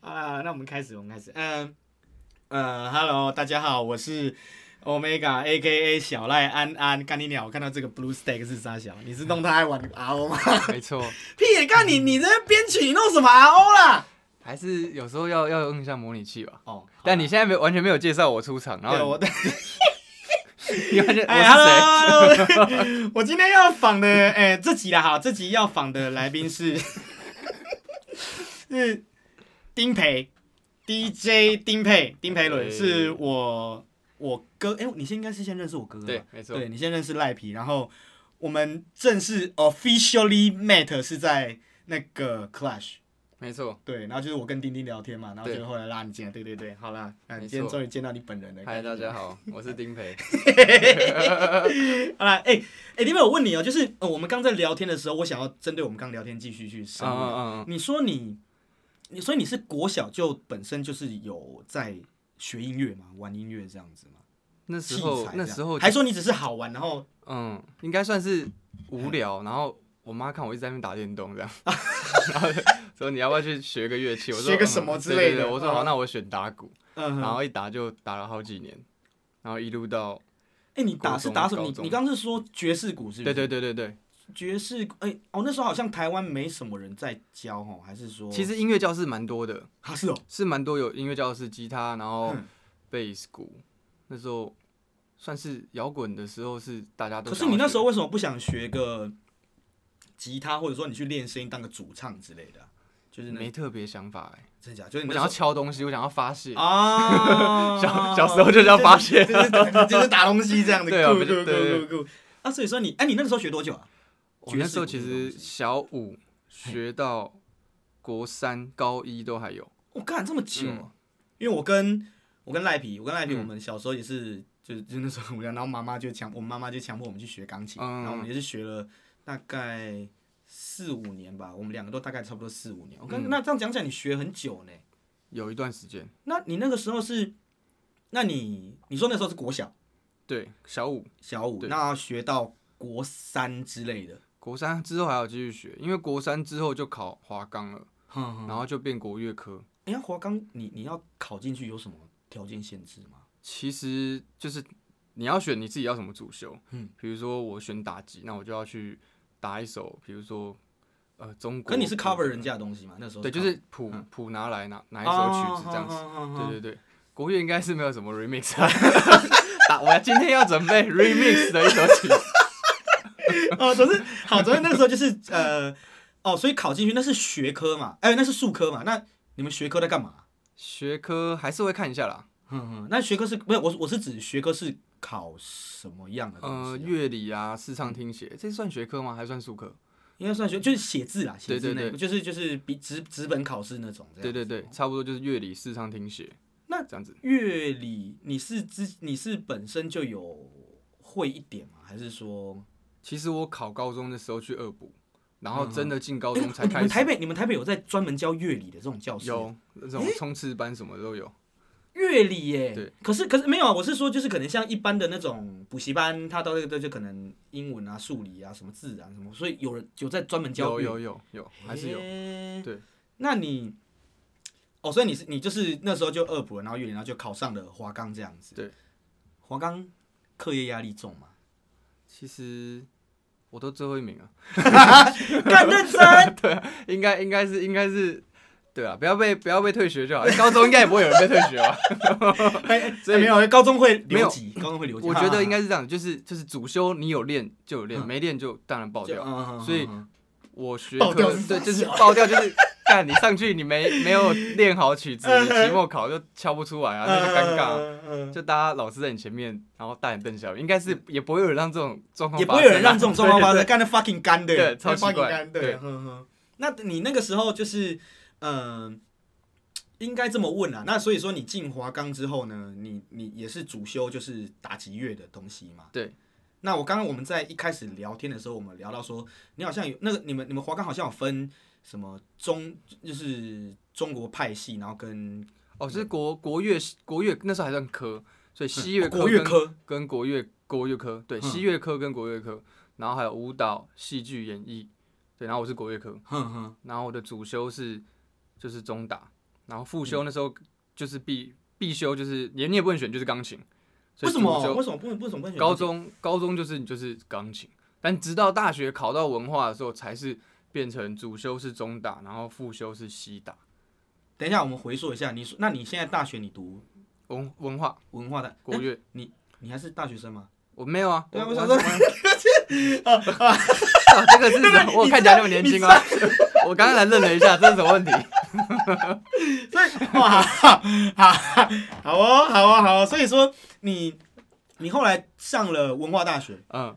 啊，那我们开始，我们开始。嗯嗯，Hello，大家好，我是 Omega A K A 小赖安安。干你鸟！我看到这个 Blue Stack 是啥小？你是弄他来玩 RO 吗？ 没错，屁！干你！你在那编曲，你弄什么 RO 啦？还是有时候要要用一下模拟器吧。哦，但你现在没完全没有介绍我出场，然对后我的， 你完 全哎我，Hello，hello 我今天要访的，哎，这集啦，好，这集要访的来宾是 是丁培，DJ 丁佩，丁培伦哎是我我哥，哎，你先应该是先认识我哥哥是吧？谁？对，没错，对你先认识赖皮，然后我们正式 officially met 是在那个 Clash。没错。对，然后就是我跟丁丁聊天嘛，然后对就后来拉你进来，对对对，好啦，嗯，没今天错终于见到你本人了。嗨，大家好，我是丁 培。好啦，哎、哎，因为我问你哦、就是、呃、我们刚在聊天的时候，我想要针对我们刚聊天继续去深嗯入。嗯嗯嗯，你说你，你所以你是国小就本身就是有在学音乐嘛，玩音乐这样子嘛？那时器候材这那样时候还说你只是好玩，然后嗯，应该算是无聊，然后。我妈看我一直在那边打电动这样， 然后说你要不要去学个乐器？我说学个嗯什么之对类对对的我说嗯好，那我选打鼓，嗯哼，然哎、后一打就打了好几年，然后一路到哎你打是国中打什么？高你中你刚刚是说爵士鼓是不对是？对对对对，爵士鼓，哎、哦，那时候好像台湾没什么人在教哦，还是说？其实音乐教室蛮多的，啊是哦，是蛮多有音乐教室，吉他，然后嗯贝斯鼓，那时候算是摇滚的时候是大家都可想要学。是你那时候为什么不想学个吉他，或者说你去练声音当个主唱之类的啊、就是那没特别想法哎、真假？就是你我那想要时敲东西，我想要发泄。候啊 小小时候就是要发泄就是就是就是打东西这样的，对啊酷酷不是对对酷酷酷。啊，所以说你，哎，你那个时候学多久啊？我那时候爵其士鼓这个实东西小五学到国三、高一都还有。我干这么久啊、嗯因为我跟我跟赖皮，我跟赖皮，嗯我们小时候也是，就是就那时候很无聊，然后妈妈就强，我们妈妈就强迫我们去学钢琴，嗯然后我们也是学了大概四五年吧，我们两个都大概差不多四五年。我跟、嗯那这样讲起来，你学很久呢。有一段时间，那你那个时候是，那你你说那时候是国小对小五小五，对那要学到国三之类的，国三之后还要继续学，因为国三之后就考华冈了，然然后就变国乐科。哎呀，华冈，你你要考进去有什么条件限制吗？其实就是你要选你自己要什么主修，嗯嗯，比如说我选打击，那我就要去打一首，比如说呃中国，可你是 cover 人家的嗯东西吗？那时候对，就 cover 嗯哦是谱谱拿来哪哪一首啊曲子这样子，子对对对，国乐应该是没有什么 remix，啊 打我今天要准备 remix 的一首曲子，对对。 哦，总之好，总之那个时候就是呃，哦，所以考进去那是学科嘛，哎，那是术科嘛，那你们学科在干嘛？学科还是会看一下啦，哼哼，那学科是不是我我是指学科是考什么样的呃东西啊？乐理啊视唱听写，这算学科吗？还算术科？应该算学就是写字啦，写字呃对对那就是就是比纸纸本考试那种这样。哦对对对，差不多就是乐理视唱听写，那这样子。乐理你是之你是本身就有会一点吗？还是说其实我考高中的时候去恶补，然后嗯真的进高高中才你开们台始北你们台北有在专门教乐理的这种教室？有那种冲刺班什么的都有。乐理耶、对可是可是没有啊，我是说就是可能像一般的那种补习班，他到那个就可能英文啊、数理啊、什么自然什么，所以有人有在专门教乐有理有有有，哦还是有。有对。那你，哦，所以你是你就是那时候就恶补了，然后乐理，然后就考上了华冈这样子。对。华冈课业压力重嘛？其实我都最后一名啊，干认真。应该应该是应该是。对啊，不要被不要被退学就好。高中应该也不会有人被退学 吧？哎，所以没有，高中会留有级，高中会留级。我觉得应该是这样，就是就是主修你有练就有练，啊嗯没练就当然爆就掉。嗯嗯嗯所以嗯我学爆掉科是对，啥就是小爆掉，就是干你上去你没没有练好曲 子，你期末考就敲不出来啊，那就尴尬啊。嗯嗯嗯就大家老师在你前面，然后大眼瞪小眼，应该是也不会有人让这种状嗯况也不发会生啊，有人让这种状况发对。生，干的 fucking 干的， 对超干 fucking 奇怪干的对哼哼那你那个时候就是，嗯，应该这么问啊。那所以说你进华冈之后呢，你你也是主修就是打击乐的东西嘛？对。那我刚刚我们在一开始聊天的时候，我们聊到说，你好像有那个你们你们华冈好像有分什么中就是中国派系，然后跟哦，就是国国乐国乐那时候还算科，所以西乐科嗯哦国乐跟科，跟国乐国乐科，对，嗯西乐科跟国乐科，然后还有舞蹈、戏剧、演艺，对，然后我是国乐科，哼哼，然后我的主修是就是中打，然后嗯复修那时候就是必必修，就是你你也不能选，就是钢琴。所为以什主么？修为什么不能？为什么不能选 高？中高中就是你就是钢琴，但直到大学考到文化的时候，才是变成主修是中大，然后副修是西大等一下，我们回溯一下。你说，那你现在大学你读文文化文化的，国乐。你还是大学生吗？我没有啊，对啊我我想说，说 啊这个是啊什么？我看起来那么年轻啊！ 我刚刚才愣了一下，这是什么问题？所以哇，好好哦，好哦，好哦。所以说你你后来上了文化大学 嗯，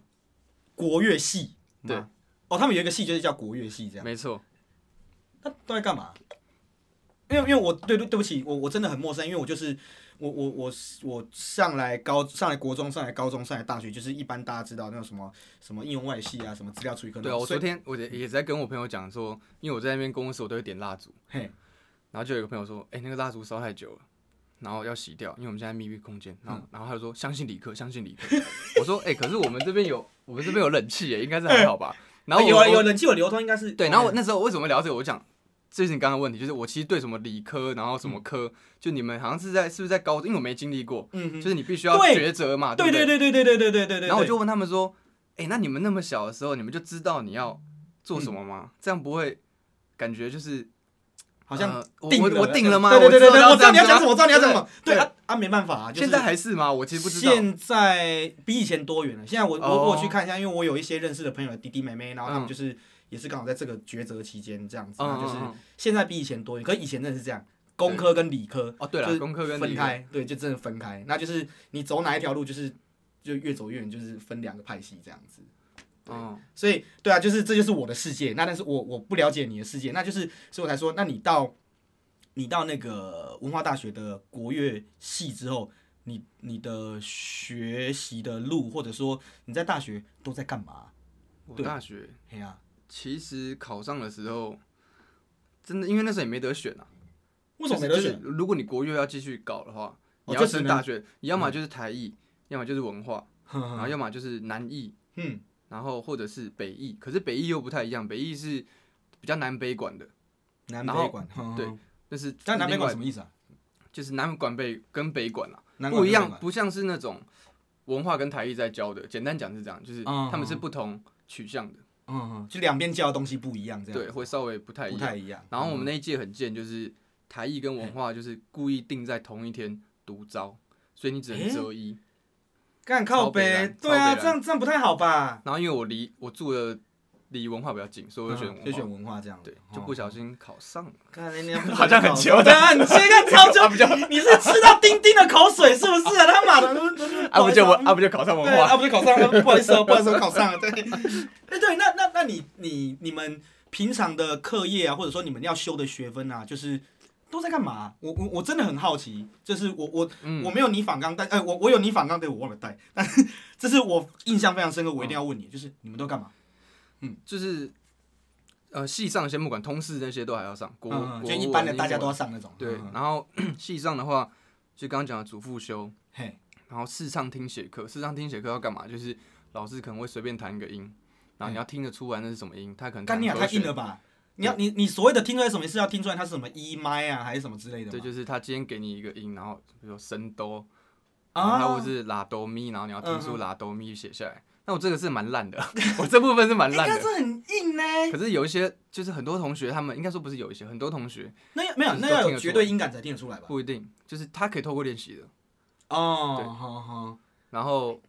国乐系，对吗，哦，他们有一个系就是叫国乐系这样。没错，那都在干嘛？因为因为我对对对不起，我我真的很陌生，因为我就是我我我我上来高上来国中上来高中上来大学，就是一般大家知道那种什么什么应用外系啊，什么资料处理科那对种。啊，我所昨以天我也也在跟我朋友讲说，因为我在那边公司，我都会点蜡烛，嘿，然后就有一个朋友说，哎、那个蜡烛烧太久了，然后要洗掉，因为我们现在密闭空间。嗯然后，然后他就说相信理科，相信理科。我说，哎、可是我们这边有我们这边有冷气耶，应该是还好吧？然后啊我有啊我有冷哎气有流通，应该是对，然后我那时候为什么聊这个？我讲这是你刚刚的问题，就是我其实对什么理科，然后什么科，就你们好像是在是不是在高中，因为我没经历过，嗯哼，就是你必须要对抉择嘛，对不对对对对对对对对对。然后我就问他们说：“哎、那你们那么小的时候，你们就知道你要做什么吗？这样不会感觉就是好像呃我定我了我定了吗？对对对对知对，道我知道你要这讲样子什吗么，我知道你要讲什么。对对啊啊，没办法啊，就是现在还是吗？我其实不知道。现在比以前多元了。现在我哦我我有去看一下，因为我有一些认识的朋友的弟弟妹妹，然后他们就是也是刚好在这个抉择期间这样子，然嗯，后就是嗯嗯现在比以前多元，可是以前真的是这样，工科跟理科哦，对就了，是功课跟分理科，开，对，就真的分开。那就是你走哪一条路，就是就越走越远，就是分两个派系这样子。对嗯，所以对啊，就是这就是我的世界。那但是我我不了解你的世界，那就是所以我才说，那你到你到那个文化大学的国乐系之后，你你的学习的路，或者说你在大学都在干嘛？我对大学哎呀、其实考上的时候，真的因为那时候也没得选啊。为什么没得就是选？就是如果你国乐要继续搞的话，你哦要就只嗯升能大学，你要么就是台艺，要么就是文化，然后哼要么就是南艺，嗯，然后或者是北艺。可是北艺又不太一样，北艺是比较南北管的， 南然后北管，哼对哼但是但南北管什另外么意思啊？就是南管北跟北管啊南管不一北样，管不像是那种文化跟台艺在教的。简单讲是这样，就是嗯他们是嗯不同取向的，嗯，哼就两边教的东西不一样，这样对，会稍微不太一不样。太一样。嗯然后我们那一届很贱，就是台艺跟文化就是故意定在同一天独招，所以你只能诶择一。干靠超北北蓝，对啊，超北蓝这样这样不太好吧？然后因为我离我住的离文化比较近，所以我就选嗯文就化。选文化这哦样，对，哦就不小心考上了。看人家不好像很知道久对啊，你现在超久，你是吃到丁丁的口水是不是啊？他妈 的，啊不就我文啊不就考上文对化？啊，不就考上了？不好意思 哦，不好意思，我考上了。对，哎对，那那那你你你们平常的课业啊，或者说你们要修的学分啊，就是。都在干嘛、啊我我我真的很好奇，就是我我、嗯我没有你反纲，但哎、我我有你反纲，对我忘了带， 但是这是我印象非常深刻，我一定要问你，就是你们都干嘛？就是呃，系上先不管，通识那些都还要上，国嗯，国就一般的文大家英都要文上那种。对嗯。嗯然后 系上的话，就刚刚讲的主副修，嘿，然后视唱听写课，视唱听写课要干嘛？就是老师可能会随便弹一个音，然后你要听得出来那是什么音，他可能干弹你俩和啊太弦硬了吧？你要你你所谓的听出来什么是要听出来它是什么一麦啊，还是什么之类的对，吗？就是他今天给你一个音，然后比如说升哆，然后他啊或，是拉哆咪，然后你要听出嗯嗯拉哆咪写下来。那我这个是蛮烂的， 我这部分是蛮应烂该的。是很硬呢。可是有一些，就是很多同学他们应该说不是有一些，很多同学那要没有，就是那都要听有得绝出来对音感才听得出来吧？不一定，就是他可以透过练习的。哦，对好好，然后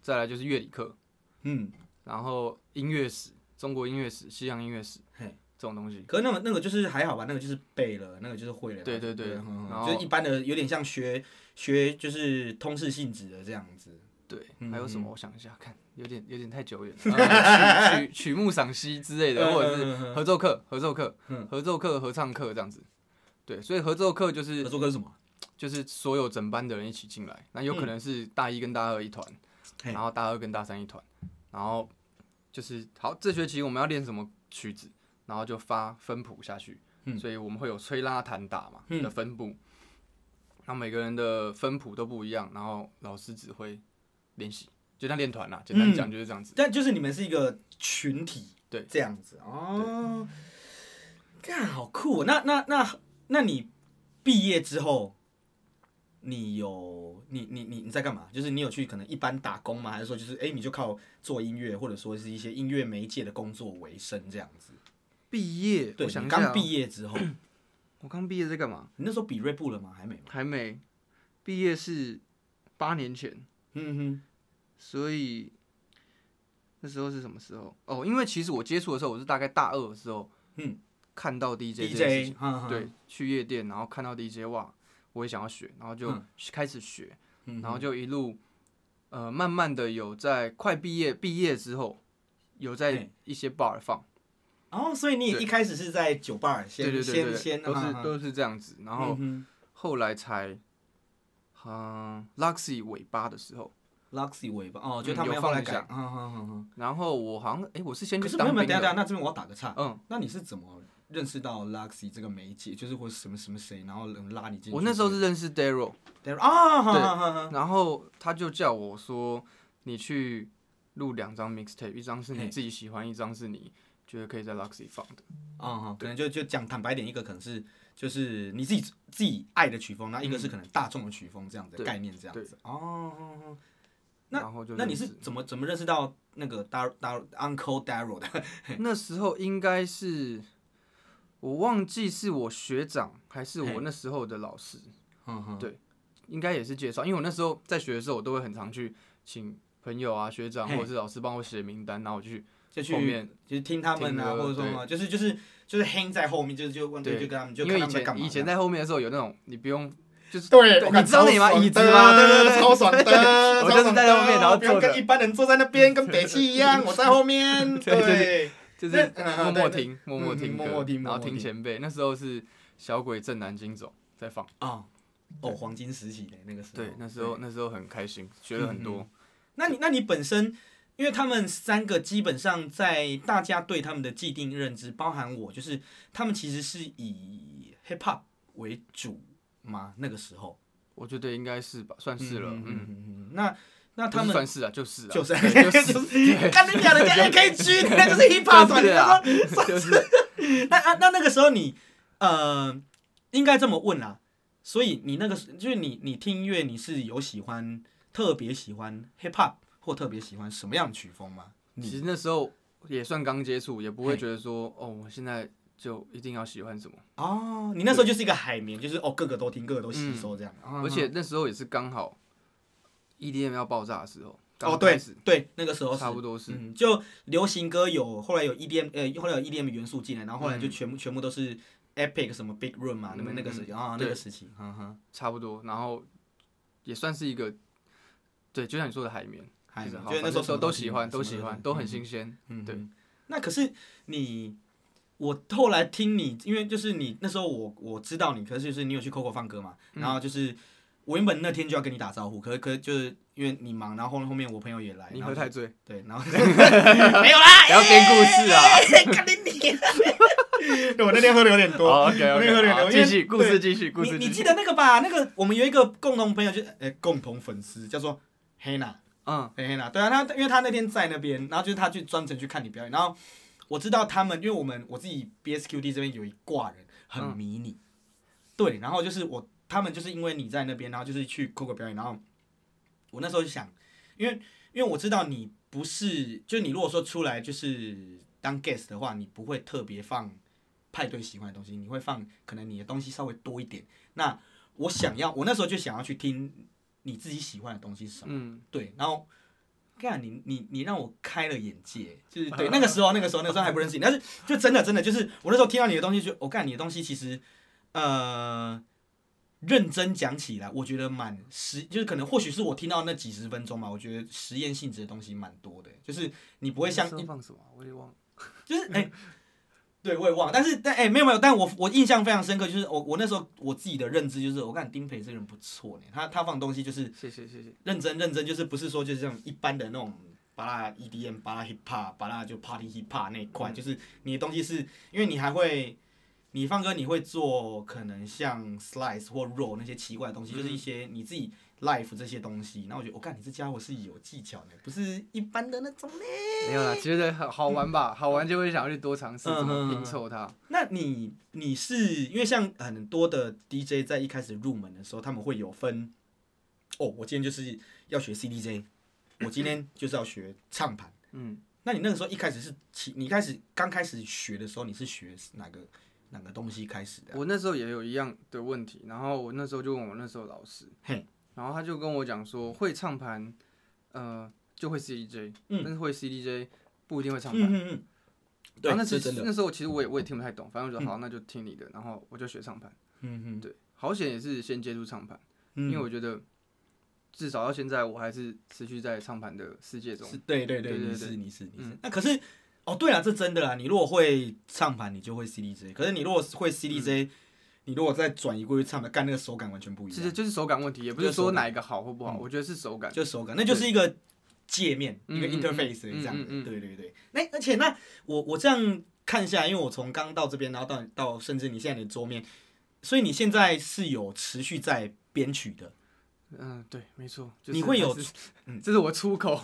再来就是乐理课，嗯，然后音乐史、中国音乐史、西洋音乐史嘿这种东西。可是那个那个就是还好吧，那个就是背了，那个就是会了。对对对嗯然后就是一般的，有点像学学就是通识性质的这样子。对，嗯还有什么？我想一下，看有点有点太久远 了。呃曲曲曲目赏析之类嗯的，或者是是合奏课、合奏课嗯、合奏课、合唱课这样子。对，所以合奏课就是合作歌是什么？就是所有整班的人一起进来，那有嗯可能是大一跟大二一团，嘿然后大二跟大三一团，然后就是好，这学期我们要练什么曲子，然后就发分谱下去，嗯所以我们会有吹拉弹打嘛嗯的分布，那、每个人的分谱都不一样，然后老师指挥练习，就像练团啦，简单嗯讲就是这样子。但就是你们是一个群体，对这样子哦。干，好酷、哦！那那那，那你毕业之后，你有你你你你在干嘛？就是你有去可能一般打工吗？还是说就是哎、诶你就靠做音乐或者说是一些音乐媒介的工作为生这样子？毕业，对，我想你一下刚哦毕业 之后，你我刚毕业在干嘛？那时候比锐步了吗？还没吗？还没，毕业是八年前，嗯哼，所以那时候是什么时候？哦，因为其实我接触的时候，我是大概大二的时候，嗯，看到 DJ 这件事情 DJ，哈哈嗯对，去夜店，然后看到 DJ 哇，我也想要学，然后就嗯开始学，嗯哼然后就一路呃慢慢的有在快毕业毕业之后，有在嘿一些 bar 放，哦，所以你也对一开始是在酒吧先对对对对先对，先都哈是哈都是这样子，然后嗯后来才。嗯，Luxy 尾巴的时候，哼 Luxy 尾巴哦，就嗯他们有要后放来一改下，嗯嗯嗯然后我好像，哎、我是先嗯。可去是没有当没有，兵等一下等一下，的，那这边我要打个岔，嗯，那你是怎么认识到 Luxy 这个媒介，就是或什么什么谁，然后能拉你进去？我那时候是认识 Daryl， Daryl- 啊，哈对哈哈哈然后他就叫我说，你去录两张 mixtape，一张是你嘿自己喜欢，一张是你觉得可以在 Luxy 放的。啊哈，可能就就讲坦白点，一个可能是就是你自己自己爱的曲风，那一个是可能大众的曲风这样的嗯对概念这样对子。哦哦，哦然后就那你认是识怎么怎么认识到那个 Dar Dar Uncle Daryl 的？那时候应该是我忘记是我学长还是嘿我那时候的老师，嗯哼应该也是介绍，因为我那时候在学的时候，我都会很常去请朋友啊、学长嘿或者是老师帮我写名单，然后我就去就后去面，就是听他们啊，听歌或者说什么，就是就是就是 hang 在后面，就是就问对，对就跟他们就因看为以他们在干嘛前这样。以前在后面的时候有那种你不用就是对，对我感你知道超你吗爽椅子的吗对对对超爽的，我就超是爽在的后面然后不用坐着跟一般人坐在那边，跟北汽一样，我在后面。对对对， 就是那嗯默默对对听，默默听嗯歌，默默听然后默默听听前辈。那时候是小鬼正南京走在放，啊，哦，黄金时期的那个时候。对，嗯那时候那时候很开心，学了很多。那你那你本身，因为他们三个基本上在大家对他们的既定认知，包含我，就是他们其实是以 hip hop 为主嘛，那个时候我觉得应该是吧，算是了，嗯，嗯，那那不他是们算是啊，就是啊，就是对 就，就是 看你讲 人家 AKG，那就是 hip hop 嘛，就你是啊说对 就是 那啊，那那个时候你呃，应该这么问啦。所以你那个时就是你你听音乐，你是有喜欢特别喜欢 hip hop 或特别喜欢什么样的曲风吗？其实那时候也算刚接触，也不会嘿觉得说哦，我现在就一定要喜欢什么。哦，你那时候就是一个海绵，就是哦，各个都听，各个都吸嗯收这样。啊而且那时候也是刚好 EDM 要爆炸的时候，哦，刚对开始对，那个时候是差不多是嗯，就流行歌有后来有 EDM，呃，后来有 EDM 元素进来，然后后来就全部、全部都是 Epic 什么 Big Room 嘛，那么嗯那个时期啊、那个时期，哈哈，差不多，然后也算是一个，对，就像你说的海绵。还就有是好就是那时候什反正么都听喜欢，什么都喜欢，听都很新鲜。嗯，对。那可是你，我后来听你，因为就是你那时候我我知道你，可是就是你有去 Coco 放歌嘛，然嗯后就是我原本那天就要跟你打招呼，可是可是就是因为你忙，然后后后面我朋友也来，你然后喝就太 醉，对，然后 没有啦， 不要编故事啊！看你你，对 我那天喝的有点多，哦好 我那天喝的有点多， ，OK，因为继续故事，。继续故对事，你继你记续。得那个吧？那个我们有一个共同朋友就，呃共同粉丝叫做黑娜，嗯，黑黑娜，对啊，他因为他那天在那边，然后就是他去专程去看你表演，然后我知道他们，因为我们我自己 BSQD 这边有一挂人很迷你，对，然后就是我他们就是因为你在那边，然后就是去 Coco 表演，然后我那时候就想，因为因为我知道你不是，就你如果说出来就是当 guest 的话，你不会特别放派对喜欢的东西，你会放可能你的东西稍微多一点。那我想要，我那时候就想要去听你自己喜欢的东西是什么。嗯，对，然后，干你你你让我开了眼界，就是对那个时候那个时候那个时候还不认识你，但是就真的真的就是我那时候听到你的东西就，我、干你的东西其实，呃，认真讲起来，我觉得蛮实，就是可能或许是我听到那几十分钟嘛，我觉得实验性质的东西蛮多的，就是你不会像那时候一放什么啊，我也忘了。就是哎、对我也忘了，但是但哎、没有没有，但我我印象非常深刻，就是我我那时候我自己的认知就是，我看丁培这个人不错呢，他他放东西就是。谢谢谢谢。认真认真，就是不是说就是这种一般的那种巴拉 EDM、巴拉 hip hop、巴拉就 party hip hop 那一块，就是你的东西是因为你还会，你放歌你会做可能像 slice 或 roll 那些奇怪的东西，就是一些你自己 life 这些东西，然后我觉得我看、你这家伙是有技巧的，不是一般的那种嘞。没有啦，其实好好玩吧，好玩就会想要去多尝嗯试怎么拼凑它。那你你是因为像很多的 DJ 在一开始入门的时候，他们会有分，哦，我今天就是要学 CDJ，我今天就是要学唱盘。嗯，那你那个时候一开始是起，你一开始刚开始学的时候，你是学哪个哪个东西开始的啊？我那时候也有一样的问题，然后我那时候就问我那时候老师，嘿，然后他就跟我讲说，会唱盘，呃，就会 CDJ，、嗯但是会 CDJ 不一定会唱盘。嗯嗯嗯，对，然后那是时真的。那时候其实我也我也听不太懂，反正我就好，那就听你的，然后我就学唱盘。嗯嗯对，好险也是先接触唱盘，嗯，因为我觉得至少到现在我还是持续在唱盘的世界中是。对对对，对对你对是你是你是嗯。那可是哦，对了，这真的啦。你如果会唱盘，你就会 CDJ。可是你如果会嗯 CDJ，你如果再转移过去唱盘，干那个手感完全不一其实样，就是手感问题，也不就是是手说感嗯哪一个好或不好，我觉得是手感。就手感，那就是一个界面，嗯一个嗯嗯 interface 嗯这样嗯嗯的。对对对。那而且那我我这样看下来，因为我从刚到这边，然后到到甚至你现在的桌面，所以你现在是有持续在编曲的。嗯，对，没错。就是你会有嗯还是，这是我出口，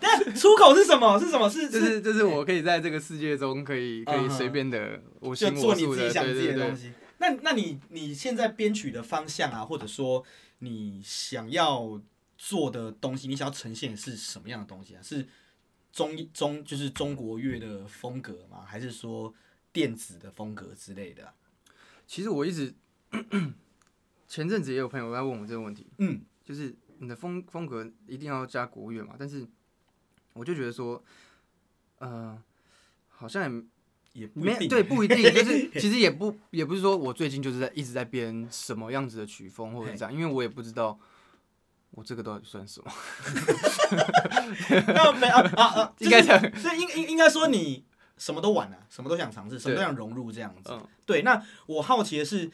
但 出口是什么？是什么？是就是是就是我可以在这个世界中可以可以嗯哼随便的我就行做我你素自的，己想对自己对的对东。西。那那你你现在编曲的方向啊，或者说你想要做的东西，你想要呈现的是什么样的东西啊？是中中就是中国乐的风格吗？还是说电子的风格之类的啊、其实我一直前阵子也有朋友在问我这个问题，嗯，就是你的风风格一定要加国乐嘛，但是我就觉得说，呃，好像也也不一没定。对，不一定，就是 其实也不也不是说我最近就是在一直在编什么样子的曲风或者这样，因为我也不知道我这个到底算什么，那没啊啊啊， 应该就是这样，所以应应应该说你什么都玩了、啊什么都想尝试，什么都对想融入这样子。嗯对，那我好奇的是，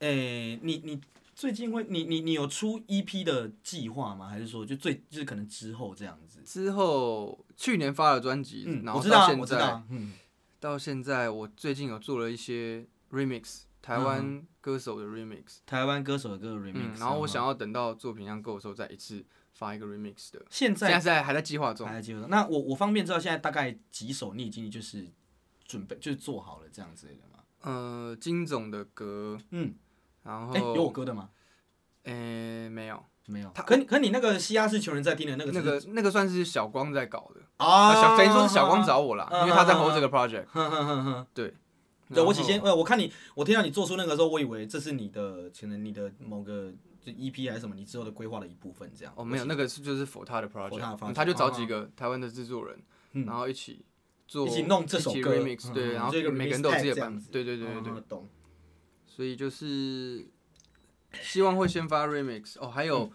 诶、你你最近会你你你有出 EP 的计划吗？还是说就最就是可能之后这样子？之后去年发了专辑，嗯，然我后知道到啊，现我知道在啊，嗯到现在，我最近有做了一些 remix，台嗯湾歌手的 remix，台湾歌手的歌的嗯， remix，啊然后我想要要等到作品量够的时候再一次发一个 remix 的，现现在在是在还在计划中还。在接受。那我我方便知道现在大概几首你已经就是准备就是做好了这样之类的吗？呃，金总的歌，嗯，然哎、有我后，歌的吗？诶，没有，没有，他可你可你那个西亚是穷人在听的那个那只个是那个算是小光在搞的，啊，小等于说是小光找我啦，啊因为他在 hold 这个 project。哼哼哼哼，对，对我起然后先，呃，我看你，我听到你做出那个时候，我以为这是你的可能你的某个就 E EP 还是什么，你之后的规划的一部分这样。哦，没有，那个是就是 for 他的 project，的 project，哦嗯他就找几个台湾的制作人，嗯然后一起做一起弄这首一起歌 remix，嗯对，嗯然后就一个每个 remix 人都有自己 tag 这的样版本子，对对对对对。哦嗯懂。所以就是希望会先发 remix 哦，还有、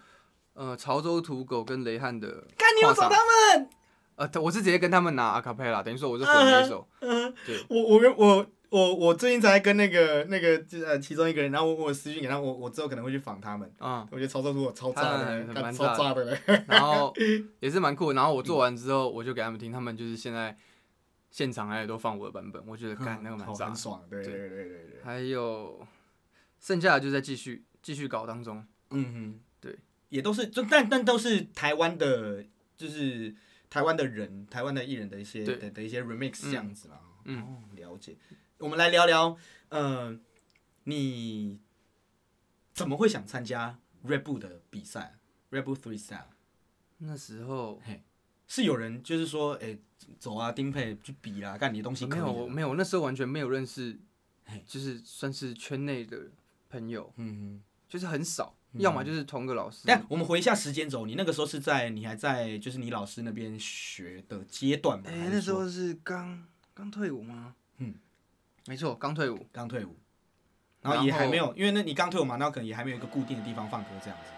呃潮州土狗跟雷汉的跨档，嗯干你有找他们？呃，他我是直接跟他们拿 a cappella，等于说我是混嗯了一首， 我我原我我我最近才跟那个那个就是呃其中一个人，然后我我私信给他，我我之后可能会去访他们。嗯，我觉得曹操如果超炸的，他干蛮超炸的嘞。然后也是蛮酷的。然后我做完之后，我就给他们听，他们就是现在现场还有都放我的版本，我觉嗯得干那 个蛮好炸哦很的。爽，对对对对对对对，还有剩下的就在继续继续搞当中，嗯哼，对，也都是就但但都是台湾的，就是台湾的人，台湾的艺人的一些对的的一些 remix 这嗯样子啦。嗯哦，了解。我们来聊聊，呃，你怎么会想参加 Red Bull 的比赛？Red Bull Three Style 那时候。是有人就是说，哎、走啊，丁佩去比啦，看你的东西可没以啊有，的。嗯我没有，那时候完全没有认识，就是算是圈内的朋友，嗯，就是很少，要么就是同个老师。但我们回一下时间轴，你那个时候是在你还在就是你老师那边学的阶段吗？哎、还是那时说候是刚刚退伍吗？嗯，没错，刚退伍。刚退伍，然后也还没有，因为那你刚退伍嘛，那可能也还没有一个固定的地方放歌这样子。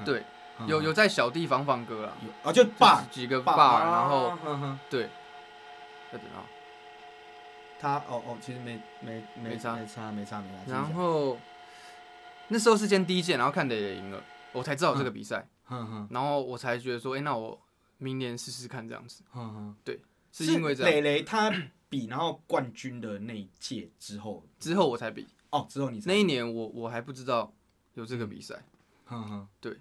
嗯对，嗯有有在小地方放歌啦，有啊，就就是爸几个爸， bar，然后啊哼哼对，要等到，他哦哦，其实没没没没差没差没差没差。然后那时候是先第一届，然后看的也赢了，我才知道有这个比赛，哼哼然后我才觉得说，哎、那我明年试试看这样子，哼哼，是因为这嗯磊样磊他比然后冠军的那一届之后之后我才比。哦之后你才那一年我我还不知道有这个比赛，哼哼，对，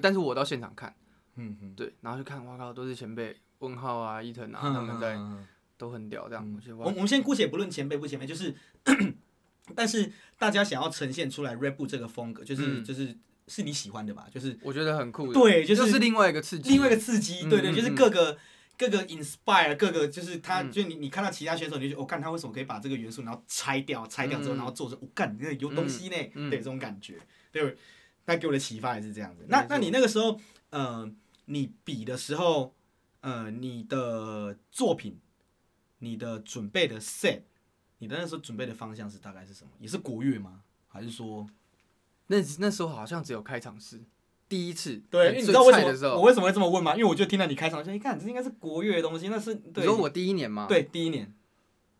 但是我到现场看，嗯哼，对，然后就看，哇靠，都是前辈，问号啊、伊藤啊，哼他们在哼哼都很屌，这样，我觉得嗯我哇，我们先姑且不论前辈不前辈，就是， 但是大家想要呈现出来 r e b o o 这个风格，就是、嗯就是是你喜欢的吧？就是我觉得很酷的，对，就就是是另外一个刺激，另外一个刺激，嗯对对，嗯就是嗯各个。各个 inspire，各个就是他，嗯就你你看到其他选手，你就觉得，我、哦、看他为什么可以把这个元素，然后拆掉，拆掉之后，嗯然后做成，我、哦干，这有东西呢，嗯嗯对这种感觉，对，那给我的启发也是这样子。没那错那你那个时候，呃，你比的时候，呃，你的作品，你的准备的 set，你的那时候准备的方向是大概是什么？也是国乐吗？还是说，那那时候好像只有开场式，第一次呃对，因为最你知道为菜什的时么候我，为什么会这么问吗？因为我就听到你开场说，你看这应该是国乐的东西，那是你对，说我第一年嘛，，对第一年，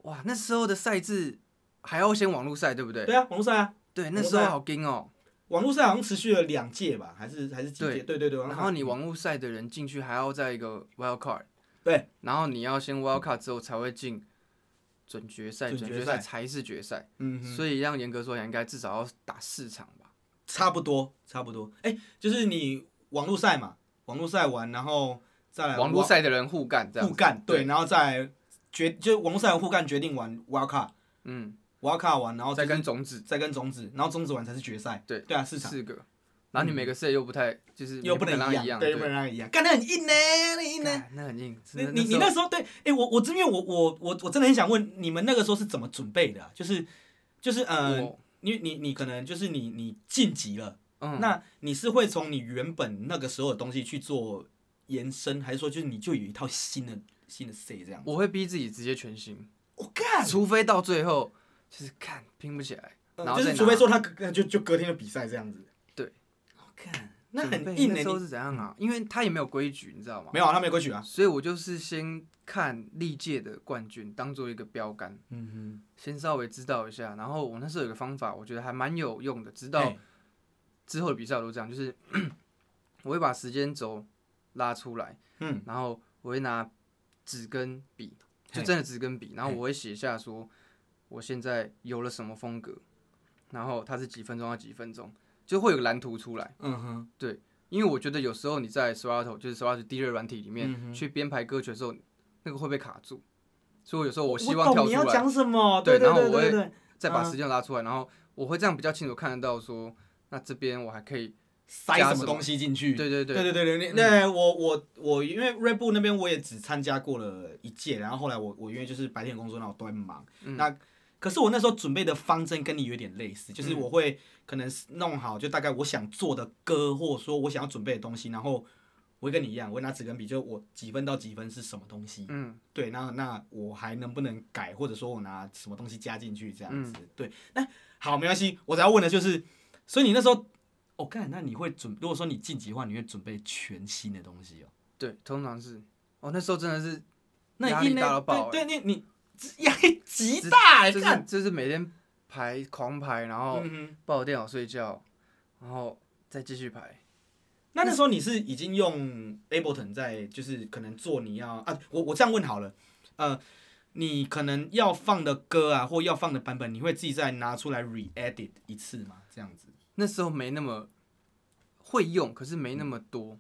哇，那时候的赛制还要先网络赛，对不对？对啊，网络赛啊，对，网那络时候赛好硬哦。网络赛好像持续了两届吧，还是还是几届？对对对，然后你你网络赛的人进去还要在一个 wild card，对，然后你要先 wild card 之后才会进准决赛，准准决决赛赛才是决赛，嗯哼，所以让严格说来，应该至少要打四场吧。差不多差不多，哎，就是你网络赛嘛，网络赛完，然后再来网络赛的人互干这样互子，干，对，对然后再来决就网络赛完互干决定完 wild card 嗯， wild card 完，然后就再是跟种子再跟种子，然后种子完才是决赛，对对啊，四场。四个，然后你每个 set 又不太就是又不能能让一样，对对，又不能让一样，干得很硬呢，那很硬呢。干那很硬，你真的你你时候那时候对，哎、我我真因为我我我我真的很想问你们那个时候是怎么准备的啊、就是就是呃，我因为你你可能就是你你晋级了，嗯，那你是会从你原本那个时候的东西去做延伸，还是说就是你就有一套新的新的 C 这样？嗯 Oh, 我会逼自己直接全新，我干、嗯除非到最后就是看拼不起来，然后呃就是再除非拿说他隔就就隔天的比赛这样子。对，我干，那准很备硬那的、时候你是怎样啊？因为他也没有规矩，你知道吗？没有啊，他没有规矩啊。所以我就是先看历届的冠军当做一个标杆，嗯先稍微知道一下。然后我那时候有个方法，我觉得还蛮有用的，直哼到之后的比赛我都这样，就是 我会把时间轴拉出来，嗯，然后我会拿纸跟笔，就嘿真的纸跟笔，然后嘿我会写下说我现在有了什么风格，然后它是几分钟到几分钟，就会有个蓝图出来。嗯哼，因为我觉得有时候你在 Serato 就是 Serato DJ 软体里面、嗯哼去编排歌曲的时候，那个会被卡住，所以我有时候我希望懂跳你要出来，讲什么？对对然后对我对会对，再把嗯时间拉出来，然后我会这样比较清楚看得到说，那这边我还可以，塞加什什么么东西进去？对对对对，对对对，那、我我我因为 Red Bull 那边我也只参加过了一届，然后后来我我因为就是白天有工作，那我都在忙。嗯那可是我那时候准备的方针跟你有点类似，就是嗯我会可能是弄好就大概我想做的歌，或者说我想要准备的东西，然后我会跟你一样，我会拿纸跟笔，就我几分到几分是什么东西，嗯，对，那那我还能不能改，或者说我拿什么东西加进去这样子？嗯对，那好，没关系，我只要问的就是，所以你那时候，哦，干，那你会准，如果说你晋级的话，你会准备全新的东西哦。对，通常是，哦，那时候真的是，那压你力一大到爆欸对对，你你压 力极大、欸，就是哦看，就是每天排狂排，然后嗯哼，抱着电脑睡觉，然后再继续排，那那时候你是已经用 Ableton 在，就是可能做你要啊，我我这样问好了，呃，你可能要放的歌啊，或要放的版本，你会自己再拿出来 re-edit 一次吗？这样子？那时候没那么会用，可是没那么多，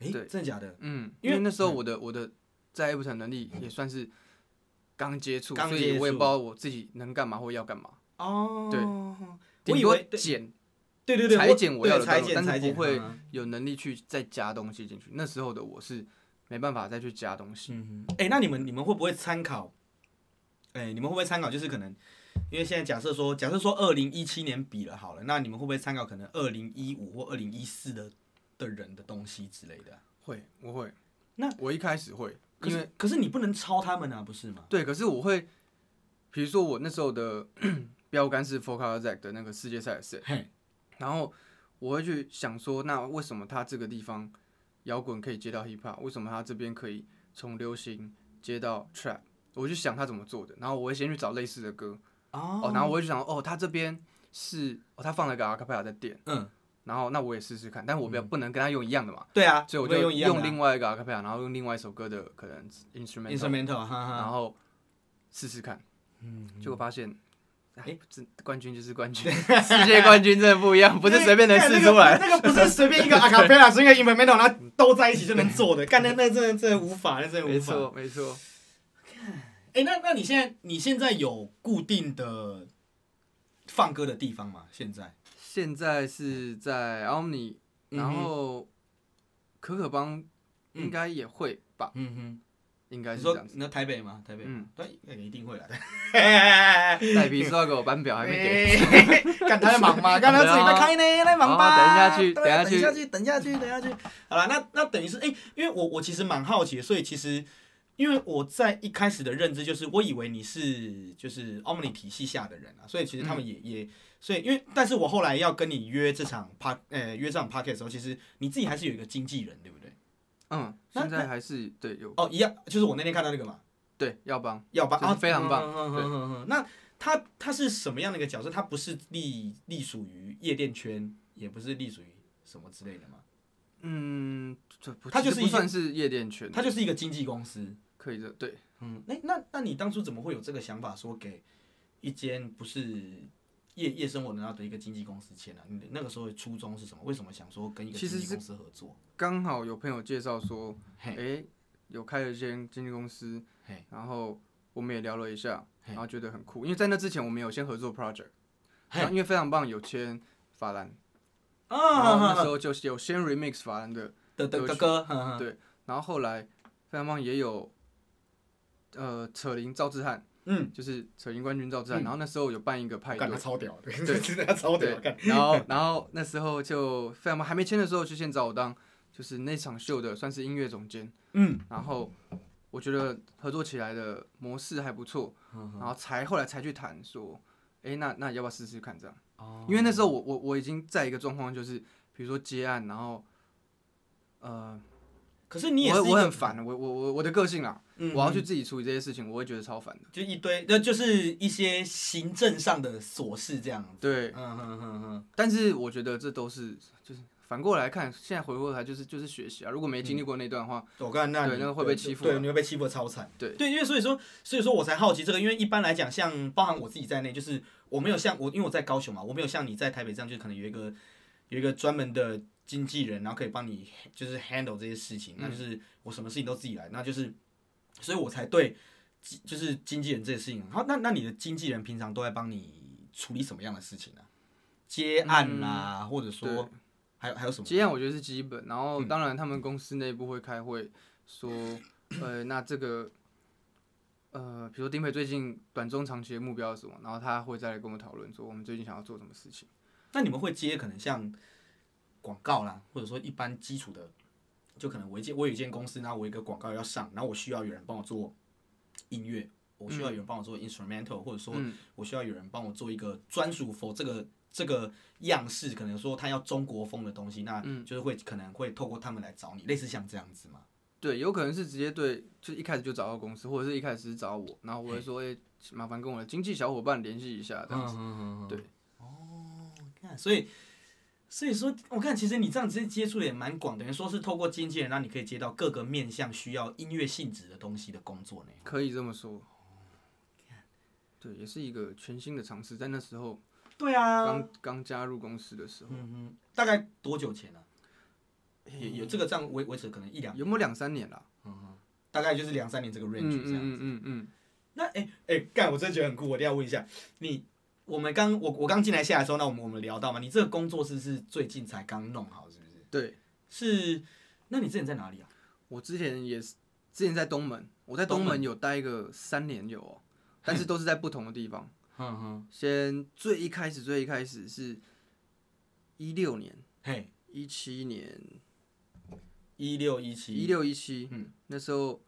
诶、对真的假的？嗯，因因为为那时候我的我的在 Ableton 能力也算是刚接触，刚所接以我也触不知道我自己能干嘛或要干嘛，哦，顶我以多为剪对对对，裁剪我要对的裁东剪西但是裁剪不会嗯有能力去再加东西进去。那时候的我是没办法再去加东西，嗯哼，哎、那你们你们会不会参考？哎、你们会不会参考？就是可能，因为现在假设说，假设说二零一七年比了好了，那你们会不会参考可能二零一五或二零一四的的人的东西之类的啊？会我会，那我一开始会，可因为是可是你不能抄他们啊，不是吗？对，可是我会，比如说我那时候的 标杆是 f o c a z a c 的那个世界赛的 set，嘿，然后我会去想说，那为什么他这个地方摇滚可以接到 hip hop，为什么他这边可以从流行接到 trap？我就想他怎么做的，然后我会先去找类似的歌，哦哦，然后我会去想，哦，他这边是哦，他放了个 a cappella 在电，嗯，然后那我也试试看，但我不要不能跟他用一样的嘛，对啊，所以我不会就用一样的啊另外一个 a cappella，然后用另外一首歌的可能 instrumental， instrumental，哈哈，然后试试看，啊嗯，结果发现，哎、哎，这冠军就是冠军，世 界冠军真的不一样，不是随便能试出来。那个不是随便一 个 a cappella，随便一个 instrumental，然后都在一起就能做的。干那那真的真的无法，那真的没无法。错，没错。哎、那那你现在你现在有固定的放歌的地方吗？现在现在是在 Omni，然嗯后可可帮应该也会吧，嗯应哼，该你是这说样子。你说台北吗？台北，嗯，对，那个一定会来的。 赖皮说要给我班表还没 给，给，哎干他在忙 嘛，干他自己在开呢，在忙吧。哦等一下去对等一下等去下去，等一下去，等一下去。好了，那那等于是，哎、因为我我其实蛮好奇的，所以其实因为我在一开始的认知就是，我以为你是就是 Omni 体系下的人啊，所以其实他们也、嗯也，所以因为，但是我后来要跟你约这场 p a 呃约这场 p a r k 的时候，其实你自己还是有一个经纪人，对不对？嗯，那现在还是对有哦，一样，就是我那天看到那个嘛，对要帮，要吧，这是啊非常棒嗯嗯嗯嗯嗯嗯那他他是什么样的一个角色？他不是隶隶属于夜店圈，也不是隶属于什么之类的嘛？嗯，这不他就是其实不一些算是夜店圈，他就是一个经纪公司。可以的，对，嗯，那那那你当初怎么会有这个想法，说给一间不是夜夜生活的那的一个经纪公司签啊？你那个时候的初衷是什么？为什么想说跟一个其经实纪是公司合作？刚好有朋友介绍说，嘿诶，有开了一间经纪公司嘿，然后我们也聊了一下，嘿然后觉得很酷，因为在那之前我们有先合作 project，嘿然后因为非常棒，有签法兰，啊然后那时候候就是有先 remix 法兰的，的的歌的曲歌，哼哼对然后后来非常棒也有，呃，扯铃赵志汉，嗯，就是扯铃冠军赵志汉，然后那时候有办一个派对干他。超屌的，对 真的他超屌，对干，然后然后那时候就非常棒，还没签的时候就先找我当就是那场秀的算是音乐总监，嗯，然后我觉得合作起来的模式还不错，嗯然后才后来才去谈说，哎，那那要不要试试看这样？哦因为那时候我我我已经在一个状况就是，比如说接案，然后呃，可是你也是我一我个很，烦，我我我我的个性啦，嗯我要去自己处理这些事情，我会觉得超烦的。就一堆，那就是一些行政上的琐事这样子。对嗯，哼哼哼，但是我觉得这都是就是反过来看，现在回过头来就是就是学习啊。如果没经嗯历过那段的话，哦我看那你对那个会被欺负啊对，你会被欺负的超惨。对对，因为所以说，所以说我才好奇这个，因为一般来讲，像包含我自己在内，就是我没有像我，因为我在高雄嘛，我没有像你在台北这样，就可能有一个有一个专门的经纪人，然后可以帮你就是 handle 这些事情，嗯那就是我什么事情都自己来，那就是，所以我才对经就是经纪人这些事情。好，那那你的经纪人平常都在帮你处理什么样的事情呢、接嗯案啦，或者说还有还有什么？嗯接案我觉得是基本，然后当然他们公司内部会开会 说，呃，那这个。呃，比如说丁培最近短中长期的目标是什么，然后他会再来跟我讨论说我们最近想要做什么事情。那你们会接可能像广告啦，或者说一般基础的，就可能我一间我有一间公司，然后我有一个广告要上，然后我需要有人帮我做音乐，我需要有人帮我做 instrumental，、或者哦说嗯我需要有人帮我做一个专属 for 这个这个样式，可能说他要中国风的东西，那就是会可能会透过他们来找你，类似像这样子嘛。对，有可能是直接对，就一开始就找到公司，或者是一开始是找我，然后我会说，哎、麻烦跟我的经纪小伙伴联系一下，这样子。嗯对。哦，看，所以，所以说，我看其实你这样子接触的也蛮广，等于说是透过经纪人，让你可以接到各个面向需要音乐性质的东西的工作呢。可以这么说。对，也是一个全新的尝试，在那时候对啊，刚刚加入公司的时候，嗯哼，大概多久前呢、啊？也有这个这样维维持可能一两，有没有两三年啦？大概就是两三年这个嗯 range 嗯这样。嗯嗯嗯，那哎哎，干、我真的觉得很酷，我一定要问一下你。我们刚我我刚进来下来的时候，那我们我们聊到嘛，你这个工作室是最近才刚弄好，是不是？对是，那你之前在哪里啊？我之前也是，之前在东门，我在东东门有待个三年有哦，但是都是在不同的地方。哼哼，先最一开始，最一开始是一六年、嘿，一七年、一六一七一六一七，嗯那时候，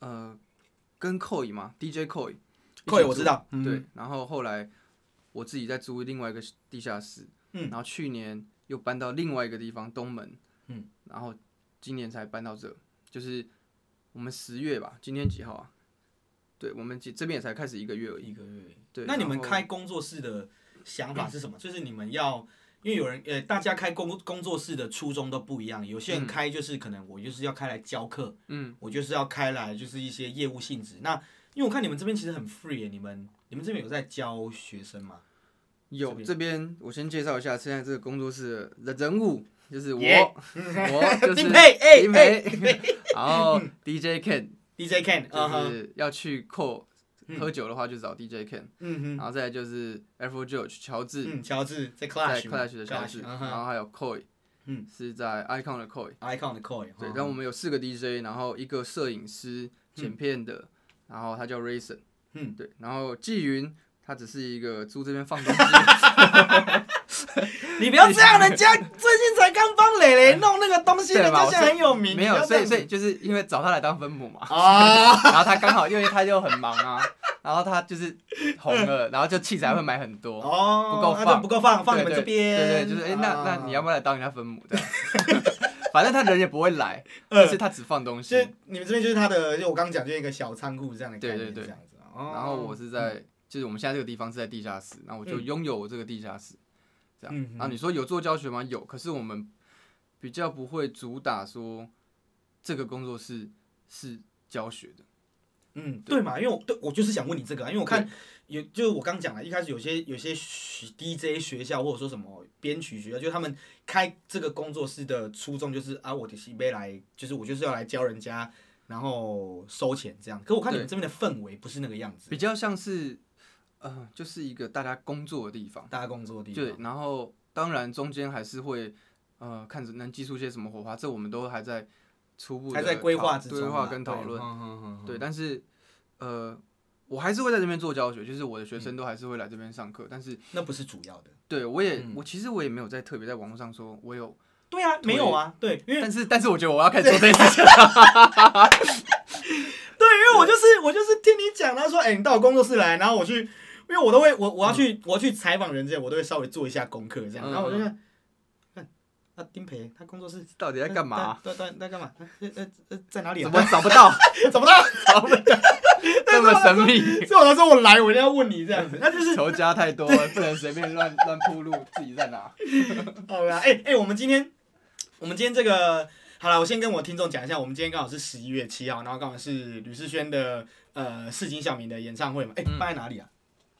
呃，跟 Koi 嘛，DJ Koi， Koi 我知道嗯对，然后后来我自己再租另外一个地下室，嗯然后去年又搬到另外一个地方东门，嗯，然后今年才搬到这，就是我们十月吧，今天几号啊？对，我们这这边也才开始一个月而已，一个月。对那你们然后开工作室的想法是什么？ 就是你们要，因为有人呃，大家开工工作室的初衷都不一样。有些人开就是可能我就是要开来教课，嗯，我就是要开来就是一些业务性质。那因为我看你们这边其实很 free，耶你们你们这边有在教学生吗？有这边，我先介绍一下现在这个工作室的人物，就是我 Yeah 我就是丁佩哎丁培， 然 后 DJ Ken DJ Ken，啊哈就，是要去扣喝酒的话就找 DJ Ken，嗯哼，然后再来就是 Afro George 乔治，嗯，乔治在在 Clash 嘛 Clash 的乔治，嗯然哼后还有 Koi，嗯是在 Icon 的 Koi， ，Icon 的哦 Coy，对，哈但我们有四个 DJ，然后一个摄影师剪片的，然后他叫 Rayson，嗯对，然后纪云他只是一个租这 边放东西，你不要这样，人家最近才刚帮磊磊弄那个东西，对人吧家现在很有名，没你有，不所要这以所样以就是因为找他来当分母嘛，啊，然后他刚好因为他就很忙啊，然后他就是红了，然后就器材会买很多。 哦，不够那就放不够放，放你对们对这边，啊对对，就是哎、那那你要不不要来当人家分母的？ 反正他人也不会 来，嗯但是他只放东西就。是呃你们这边就是他的，就我刚刚讲，就是一个小仓库这样的概对念，对对这样子。哦然后我是在，就是我们现在这个地方是在地下室，那我就拥有我这个地下室，这样嗯。哼然后你说有做教学吗？有，可是我们比较不会主打说这个工作室是教学的，嗯，对嘛，因为我对我就是想问你这个、啊，因为我看有就是我刚讲了，一开始有些有些学 DJ 学校或者说什么编曲学校，就是他们开这个工作室的初衷就是啊，我就是要来，就是我就是要来教人家，然后收钱这样。可我看你们这边的氛围不是那个样子比，较像是，呃，就是一个大家工作的地方。大家工作的地对方，，然后当然中间还是会，呃，看着能激出些什么火花，这我们都还在初步还的在规划讨之中啊，规划跟讨对论。嗯嗯嗯嗯对，但是呃，我还是会在这边做教学，就是我的学嗯生都还是会来这边上课，但是那不是主要的。对我也、嗯我其实我也没有在特别在网络上说我有，对啊，没有啊，对，因为但是但是我觉得我要开始做这件事情，对，因为我就是我就是听你讲，他说，哎、你到我工作室来，然后我去，因为我都会我我要去、我要去采访人之前，我都会稍微做一下功课这样，嗯然后我就看，看那、啊、丁培他工作室到底在干嘛？？在在在干嘛？呃呃呃，在哪里怎啊？ 么找不到？怎么了？这么神秘？所以我才说我来，我一定要问你这样子，那就是仇家太多了，不能随便乱乱铺路，自己在哪？好啦，哎、哎、我们今天，我们今天这个好了，我先跟我听众讲一下，我们今天刚好是十一月七号，然后刚好是吕世轩的呃市井小民的演唱会嘛，哎、嗯办在哪里啊？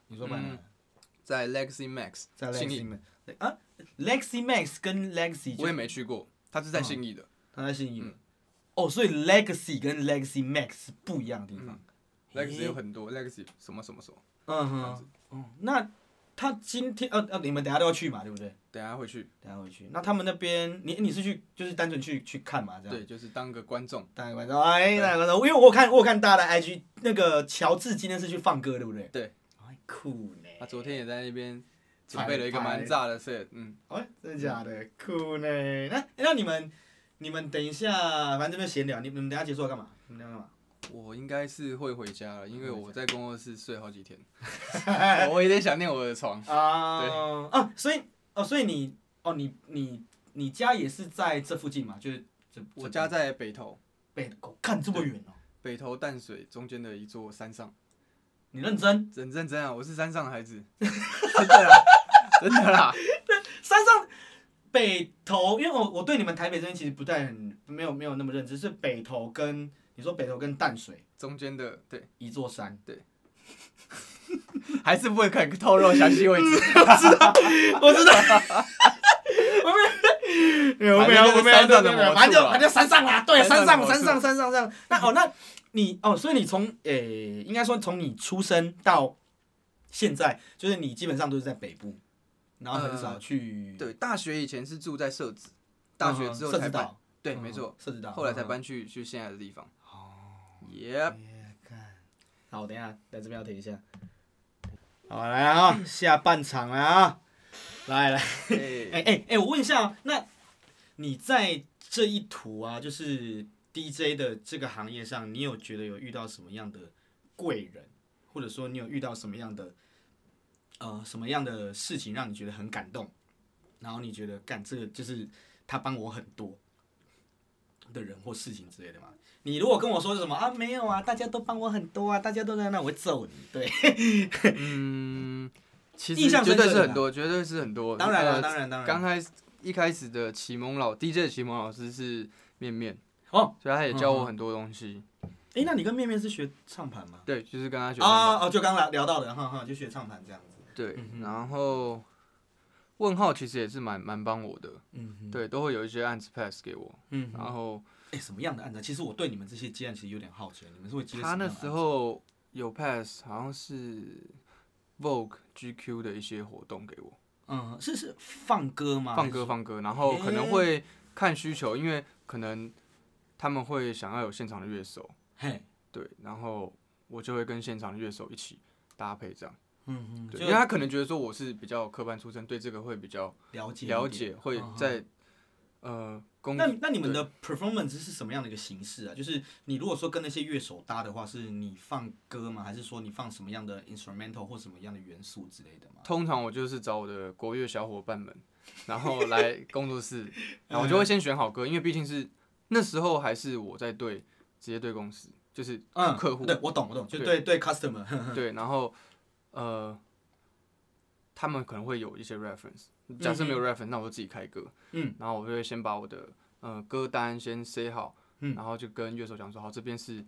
你说办在哪里？在 Lexi Max，在信 Lexi 义 Max 啊，Lexi Max 跟 Lexi 我也就没去过，他嗯是在信义的，他在信义嘛嗯哦，所以 Legacy 跟 Lexi Max 是不一样的地方。嗯 Lexi 诶有很多 Lexi 什么什么什么，嗯这样哼，哦，那他今天呃呃，你们等下都要去嘛，对不对？等一下会去，等下回去。那他们那边，你你是去就是单纯去去看嘛，这样？对，就是当个观众，大家观众，哎，大家观众，因为我有看我有看大家的 IG，那个乔治今天是去放歌，对不对？对，哎，酷呢。他昨天也在那边彩准备了一个排蛮炸的 set，嗯。哎，真的假的？酷呢。那那你们你们等一下，反正这边闲聊，你你们等一下结束要干嘛？你们等一下干嘛？我应该是会回家了，因嗯为我在工作室睡好 几天，我有点想念我的床。啊啊，所以哦，所以你哦，你你你家也是在这附近嘛？就是这我家在北投，北狗，看这么远哦，北投淡水中间的一座山上，你认真？很认真啊，我是山上的 孩子，真的啦，真的啦，山上北投，因为我我对你们台北这边其实不太很没有没有那么认知，是北投跟你说北投跟淡水中间的对，一座山，还是不会肯透露详细位置， 我 知道。我没有，我没有，我没有，反正就反正山上啦，对，山上，山上，山上，山上。那哦，那你哦，所以你从诶，应该说从你出生到现在，就是你基本上都是在北部，然后很少去呃对，大学以前是住在社子，大学之后涉才及搬，到，对，没错，，涉及嗯到，后来才。搬去去现在的地方。哦 耶，好，我等一下在这边要停一下。好，来啊，下半场了啊，来来。哎哎哎哎，我问一下哦，那你在这一途啊，就是 DJ 的这个行业上，你有觉得有遇到什么样的贵人，或者说你有遇到什么样的呃什么样的事情让你觉得很感动，然后你觉得干这个就是他帮我很多的人或事情之类的吗？你如果跟我说是什么啊，没有啊，大家都帮我很多啊，大家都在那，我会揍你。对，嗯，其印实象绝深刻对的是啦很多，绝对是很多。当然呃了，当然当然，刚开始一开始的启蒙老 DJ 的启蒙老师是面面，哦，所以他也教我很多东西。哎、那你跟面面是学唱盘吗？对，就是跟他学的。啊哦，就刚聊聊到的，哈哈，就学唱盘这样子。对嗯，哼然后问号其实也是蛮蛮帮我的，嗯哼，对，都会有一些案子 pass 给我，嗯哼，然后哎、什么样的案子啊？其实我对你们这些接案其实有点好奇，你们是会接什么他样的那案子时候有 pass 好像是 Vogue GQ 的一些活动给我，嗯，是是放歌吗？放歌放歌，然后可能诶会看需求，因为可能他们会想要有现场的乐手，还是，嘿，对，然后我就会跟现场的乐手一起搭配这样，嗯嗯，对，就因为他可能觉得说我是比较科班出身，对这个会比较了解一了点解，会嗯哼在呃工那那你们的 performance 是什么样的一个形式啊？就是你如果说跟那些乐手搭的话，是你放歌吗？还是说你放什么样的 instrumental 或什么样的元素之类的吗？通常我就是找我的国乐小伙伴们，然后 来工作室，然嗯后我就会先选好歌，因为毕竟是那时候还是我在对直接对公司，就是嗯，客户对我懂我懂，就对对 customer，呵 呵对，然后呃，他们可能会有一些 reference，假设没有 reference，那我就自己开歌，嗯，然后我就会先把我的呃歌单先 say 好，嗯然后就跟乐手讲说，好，这边是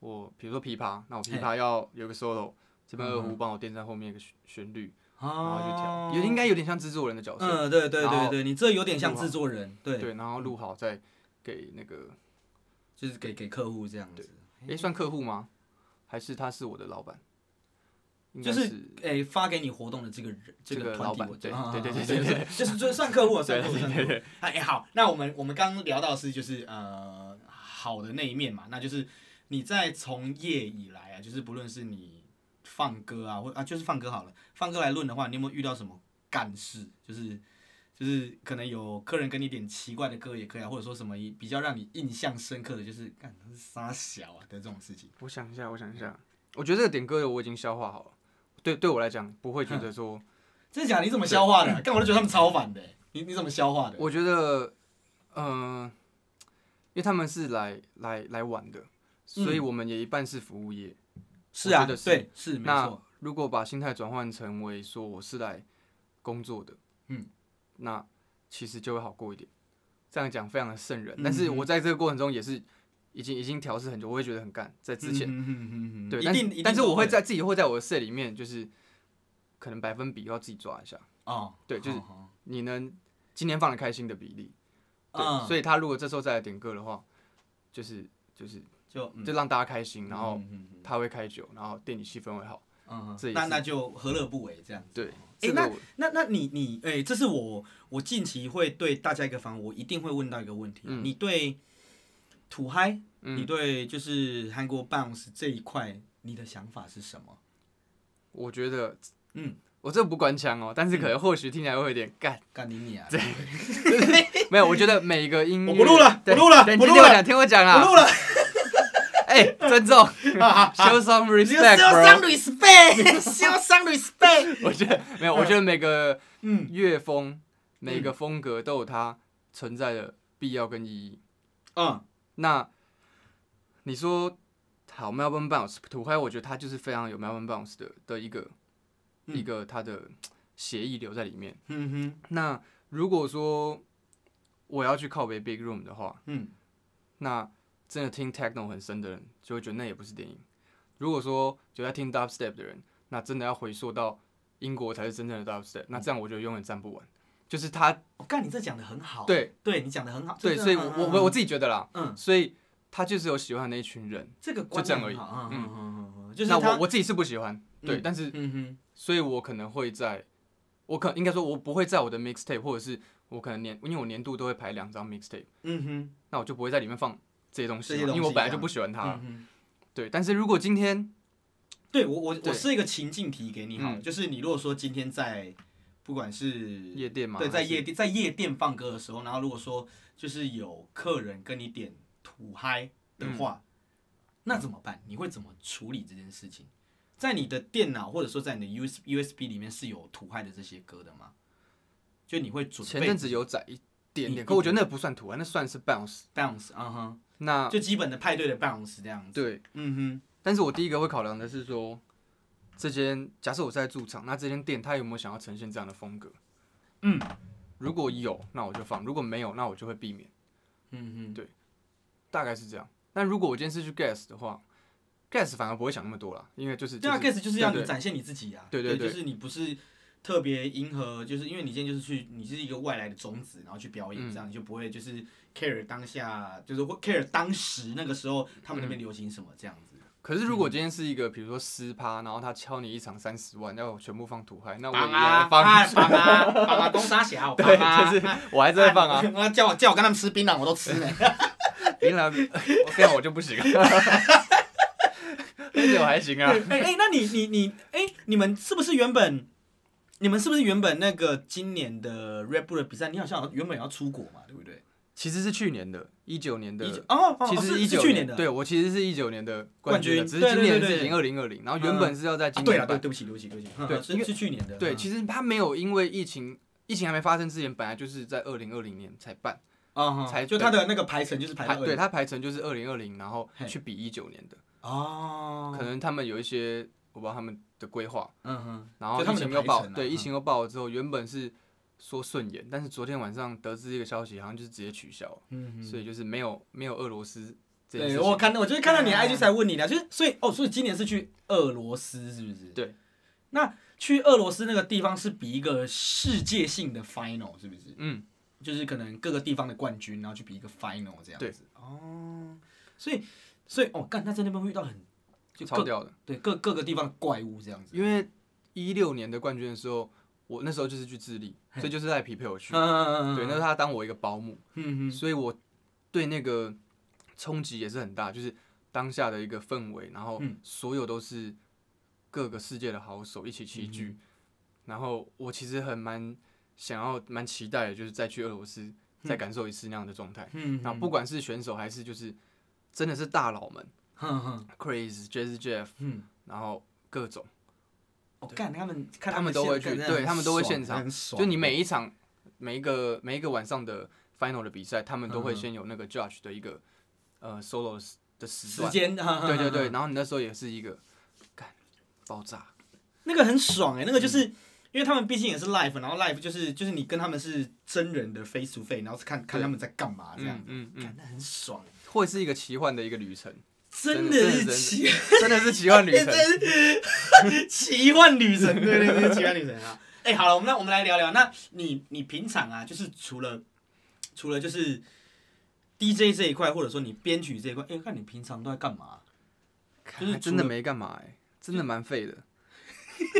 我比如说琵琶，那我琵琶要有个 solo，这边嗯二胡帮我垫在后面一个旋旋律，然后去调，有应该有点像制作人的角色，哦嗯，对对然对后对，你这有点像制作人，对，对，然后录好再给那个，就是给给客户这样子，诶，算客户吗？还是他是我的老板？应该就是诶发给你活动的这个人这这个个团老体板我，对啊对对对对对对，就是就是算客户了，算对客户，对算客对户。对，哎、好，那我们我们刚聊到的是就是呃好的那一面嘛，那就是你在从业以来啊，就是不论是你放歌啊，或啊就是放歌好了，放歌来论的话，你有没有遇到什么干事？就是就是可能有客人跟你点奇怪的歌也可以啊，或者说什么比较让你印象深刻的，就是干他是傻小啊的这种事情。我想一下，我想一下，嗯我觉得这个点歌的我已经消化好了。对，对我来讲不会觉得说，真的假的？你怎么消化的啊、干嘛都觉得他们超烦的欸、你你怎么消化的？我觉得，嗯、因为他们是来来来玩的，所以我们也一半是服务业。是啊，我觉得是对，是没那错。如果把心态转换成为说我是来工作的，嗯，那其实就会好过一点。这样讲非常的瘆人，嗯但是嗯我在这个过程中也是已经已经调试很久，我会觉得很干。在之前，嗯哼哼哼哼对，一但定，一定但是都我会在自己会在我的 set 里面，就是可能百分比要自己抓一下。哦，对就是好好你能今天放的开心的比例。对，嗯所以他如果这时候再来点歌的话，就是就是就嗯就让大家开心，然后嗯嗯嗯他会开酒，然后店里气氛会好。嗯这嗯，也那是那就何乐不为这样。对，诶这个我那那你你哎、这是我我近期会对大家一个方，我一定会问到一个问题，啊嗯你对土嗨，你嗯，对就是韩国 bounce 这一块，你的想法是什么？我觉得，嗯，我这不官腔哦，但是可能或许听起来会有点干。干你你啊！没有，我觉得每一个音乐，我不录了对不录了对不录听我了讲，听我讲我啊，录了，哎，尊重，show some 你要 show some respect，bro。 respect，show some respect。 我觉得没有，我觉得每个嗯，乐风、每个风格都有它存在的必要跟意义。嗯，那你说好 Melbourne Bounce 土嗨，我觉得它就是非常有 Melbourne Bounce 的的一个、嗯一个它的协议留在里面。嗯哼，那如果说我要去靠北 Big Room 的话，嗯，那真的听 Techno 很深的人就会觉得那也不是电影。如果说有在听 Dubstep 的人，那真的要回溯到英国才是真正的 Dubstep，那这样我觉得永远站不稳。就是他我哦干你这讲的很好，对对你讲的很好，对，就是所以我嗯我嗯我我自己觉得啦，嗯，所以他就是有喜欢的那一群人。这个就这样而已嗯嗯嗯嗯嗯，就是那他我我自己是不喜欢，对，嗯但是嗯哼，所以我可能会在，我可应该说我不会在我的 mixtape 或者是我可能年，因为我年度都会排两张 mixtape，嗯哼，那我就不会在里面放这些东西这嘛，些东西因为我本来就不喜欢它。嗯哼。对，但是如果今天对我我我对是一个情境题给你好了，嗯就是你如果说今天在不管是夜店嘛，对在还是夜店在夜店放歌的时候，然后如果说就是有客人跟你点土嗨嗯的话，那怎么办？你会怎么处理这件事情？在你的电脑或者说在你的 US USB 里面是有土嗨的这些歌的吗？就你会准备前阵子有载一点你点，你可我觉得那不算图案，那算是 bounce。 bounce，嗯哼，那就基本的派对的 bounce 这样子。对，嗯哼。但是我第一个会考量的是说，这间假设我是在驻场，那这间店它有没有想要呈现这样的风格？嗯，如果有，那我就放；如果没有，那我就会避免。嗯大概是这样。但如果我今天是去 guest 的话， gas 反而不会想那么多啦，因为就是对啊就是，Guess 就是要对你对展现你自己啊，对对对就是你不是特别迎合，就是因为你今天就是去，你是一个外来的种子，然后去表演，嗯这样你就不会就是 care 当下，就是会 care 当时那个时候他们那边嗯流行什么这样子，可是如嗯果今天是一个比如说私趴，然后他敲你一场三十万，要我全部放土嗨，那我绑也啊要绑放， 啊绑啊绑啊，公沙小，绑啊，对，就是我还是会放啊。 啊，叫我叫我跟他们吃槟榔，我都吃 了。槟榔， 我这样我就不行 了。而且我还行啊哎，哎、那你你你，哎、你们是不是原本，你们是不是原本那个今年的 Red Bull 的比赛，你好像原本要出国嘛，对不对？其实是去年的，一九年的一九，哦，哦其实是一是九去年的，对我其实是一九年的冠军的，军只对是今对年对是已对经二零二零，然后原嗯本是要在今啊，对年了，对，办，对不起，对不起，对不起，嗯对因是为是去年的，对，嗯其实他没有因为疫情，疫情还没发生之前，本来就是在二零二零年才办，啊，才才就他的那个排程就是排排到对他它排程就是二零二零，然后嘿去比一九年的，哦，可能他们有一些我不知道他们的规划，嗯哼，然后就他疫们的情又排爆，程啊对，疫嗯情又爆了之后，原本是说顺延，但是昨天晚上得知一个消息，好像就是直接取消了，嗯哼，所以就是没有没有俄罗斯这件事对情哎我看到，我就是看到你的啊 IG 才问你的，就是所以哦，所以今年是去俄罗斯是不是？对。那去俄罗斯那个地方是比一个世界性的 final 是不是？嗯，就是可能各个地方的冠军，然后去比一个 final 这样对子。哦，所以所以哦，干那在那边会遇到很就超各掉的，对各各个地方的怪物这样子。因为一六年的冠军的时候，我那时候就是去智利，嘿所以就是赖皮陪我去，嗯对，那是他当我一个保姆，嗯嗯所以我对那个冲击也是很大，就是当下的一个氛围，然后嗯所有都是各个世界的好手一起齐嗯聚，然后我其实很蛮想要蛮期待的，就是再去俄罗斯再感受一次那样的状态。嗯，那、不管是选手还是就是真的是大佬们哼哼，Chris、Jazz、Jeff，嗯，然后各种，我哦干他们看他们都现会干真去的对很他们都会爽现场很爽就你每一场每一个每一个晚上的 final 的比赛，他们都会嗯先有那个 judge 的一个呃 solo 的时的时时段。间， 对对对对，，然后你那时候也是一个干爆炸，那个很爽哎、那个嗯就是、因为他们毕竟也是 live，然后 live 就是就是你跟他们是真人的 face to face，然后是看看他们在干嘛这样嗯，嗯嗯，感那很爽，欸会是一个奇幻的一个旅 程，真真的的真的是奇真的是奇幻旅程。 奇幻旅程，对对对，奇幻旅程 啊。哎、好了，我们来我们来聊聊，那你你平常啊，就是除了除了就是 DJ 这一块，或者说你编曲这一块，哎、看你平常都在干嘛？看就是还除真的了没干嘛哎、真的蛮废的。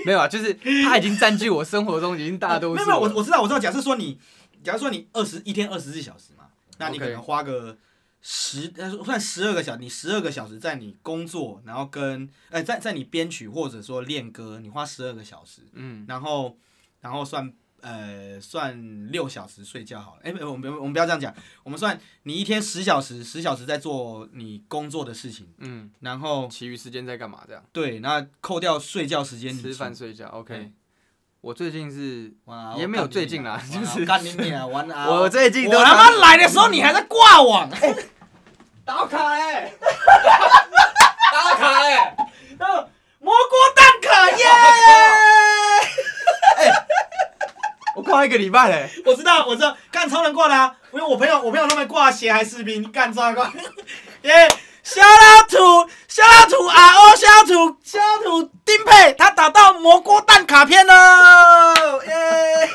没有啊，就是它已经占据我生活中已经大多哦没数有了。没有，我我知道我知道，假设说你，假如说你二十一天二十四小时嘛，那你 OK 可能花个十呃算十二个小时，你十二个小时在你工作，然后跟呃在在你编曲或者说练歌，你花十二个小时，嗯，然后然后算呃算六小时睡觉好了，哎、不我们我们不要这样讲，我们算你一天十小时，十小时在做你工作的事情，嗯，然后其余时间在干嘛？这样对，那扣掉睡觉时间，你吃饭其睡觉。OK，嗯我最近是哇也没有最近啦就是我干你娘完啊！ 我最近都我他妈来的时候你还在挂网， 打卡哎、 打卡哎、欸 呃蘑菇蛋卡耶！我逛一个礼拜嘞、 我知道，我知道，干超能挂的啊！因为我朋友，我朋友他们挂鞋还士兵，干超能挂， 耶！小老土，小老土啊哦，小老土，小老土丁佩，他打到蘑菇蛋卡片了，耶！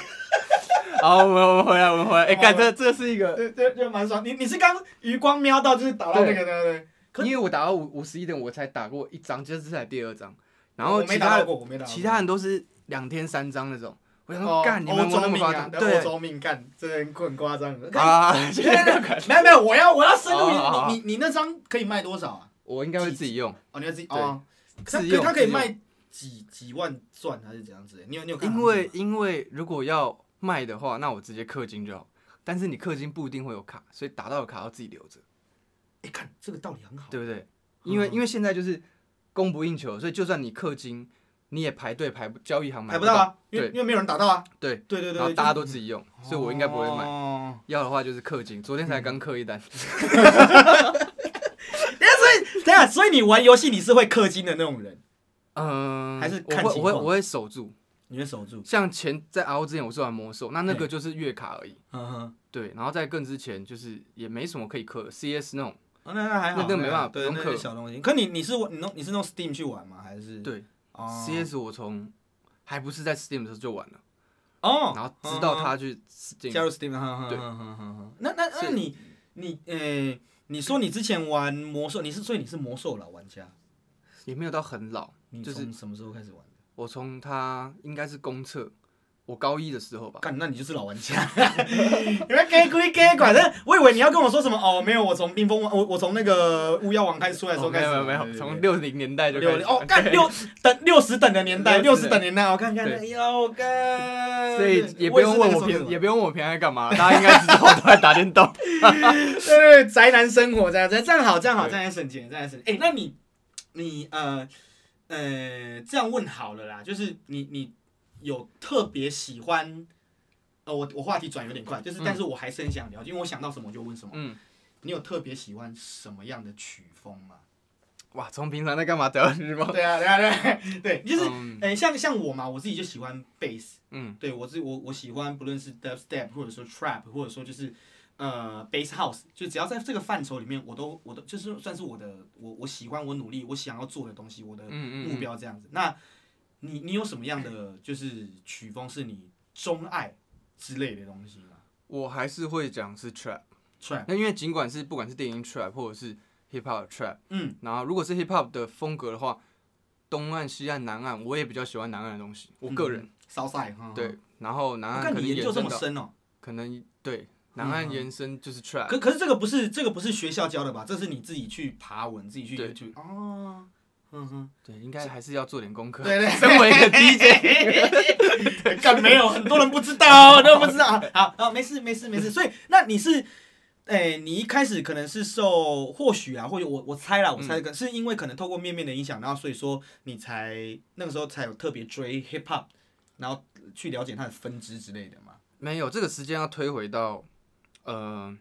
好，我们我们回来，我们回来。哎、干这这是一个，对对，就蛮爽。你你是刚余光瞄到，就是打到那个，对对对。可因为我打到五五十一等，我才打过一张，这是才第二张。然后我没其打他到啊过，我没打到过。其他人都是两天三张那种。我想哦说，干、你欧们我洲那么命夸啊张，，对对欧洲命干，真的很啊很夸张。 啊，对对对没有没有，我要我要深入好好好你你你那张可以卖多少啊？我应该会自己用，哦，你要自己对哦，它自可用它可以自用卖几几万钻还是怎样子？你有你有看它因吗？为因为如果要卖的话，那我直接氪金就好。但是你氪金不一定会有卡，所以打到的卡要自己留着，哎，看这个道理很好。对不对？因为嗯因为现在就是供不应求，所以就算你氪金，你也排队排不交易行买买不到到啊，因为对因为没有人打到啊。对对对对然后对，大家都就是自己用，所以我应该不会买。哦，嗯要的话就是氪金，昨天才刚氪一单，等一下，所以你玩游戏你是会氪金的那种人，嗯，还是我看会情我会况我会守住。你会守住。像前在 RO 之前我是玩魔兽，那那个就是月卡而已。嗯哼，对，然后在更之前就是也没什么可以氪的，CS 那种哦那那还好，那个没办法对，不用那氪是小东西。可你你是玩你弄你是弄 Steam 去玩吗？还是对哦 CS 我从还不是在 Steam 的时候就玩了，哦，然后直到嗯他去加 Steam，入 Steam，哈哈对哈哈哈。那那那是你你呃，你说你之前玩魔兽，你是所以你是魔兽老玩家，也没有到很老，你就是从什么时候开始玩的？我从他应该是公测，我高一的时候吧，干，那你就是老玩 家。你们给归给管，但我以为你要跟我说什么哦，没有，我从冰封王，我我从那个巫妖王开始出来的时候哦开没始有玩、没有没对有，对从对六零年代就开六始哦，干六等六十等的年代，六60十等年代，我看看，对哎呦干，所以也不用问我也是那个时候平，也不用问我平常在干嘛，大家应该知道我都在打 电动。对，宅男生活这样这样这样好，这样好，对这样也省钱，这样也省钱。哎、那你你呃呃，这样问好了啦，就是你你有特别喜欢？呃，我我话题转有点快，就是，嗯但是我还是很想聊，因为我想到什么我就问什么。嗯，你有特别喜欢什么样的曲风吗？哇，从平常在干嘛得到知吗？对啊，对啊，对啊对，就是，嗯哎、像像我嘛，我自己就喜欢贝斯，嗯对我自我我喜欢，不论是 dubstep 或者说 trap，或者说就是呃 bass house，就只要在这个范畴里面，我都我都就是算是我的我我喜欢我努力我想要做的东西，我的嗯目嗯嗯，标这样子。那你你有什么样的就是曲风是你钟爱之类的东西吗我还是会讲是 trap。 ？trap，那因为尽管是不管是电音 trap 或者是 hip hop 的 trap，嗯，然后如果是 hip hop 的风格的话，东岸、西岸、南岸，我也比较喜欢南岸的东西，我个人、骚赛哈，对。然后南嗯我岸看可能你研究延这伸么到，深哦、可能对南岸嗯延伸就是 trap，、可可是这个不是这个不是学校教的吧？这是你自己去爬文，自己去对去哦，嗯哼。对，应该还是要做点功课。对对身为 一个 DJ， 干没有，很多人不知道，很多人不知道。 好，好，没事，没事，没事。所以，那你是，哎、你一开始可能是受或许啊，或者我我猜嗯啦，我猜可、是因为可能透过面面的影响，然后所以说你才那个时候才有特别追 hip hop，然后去了解它的分支之类的嘛。没有这个时间要推回到，呃，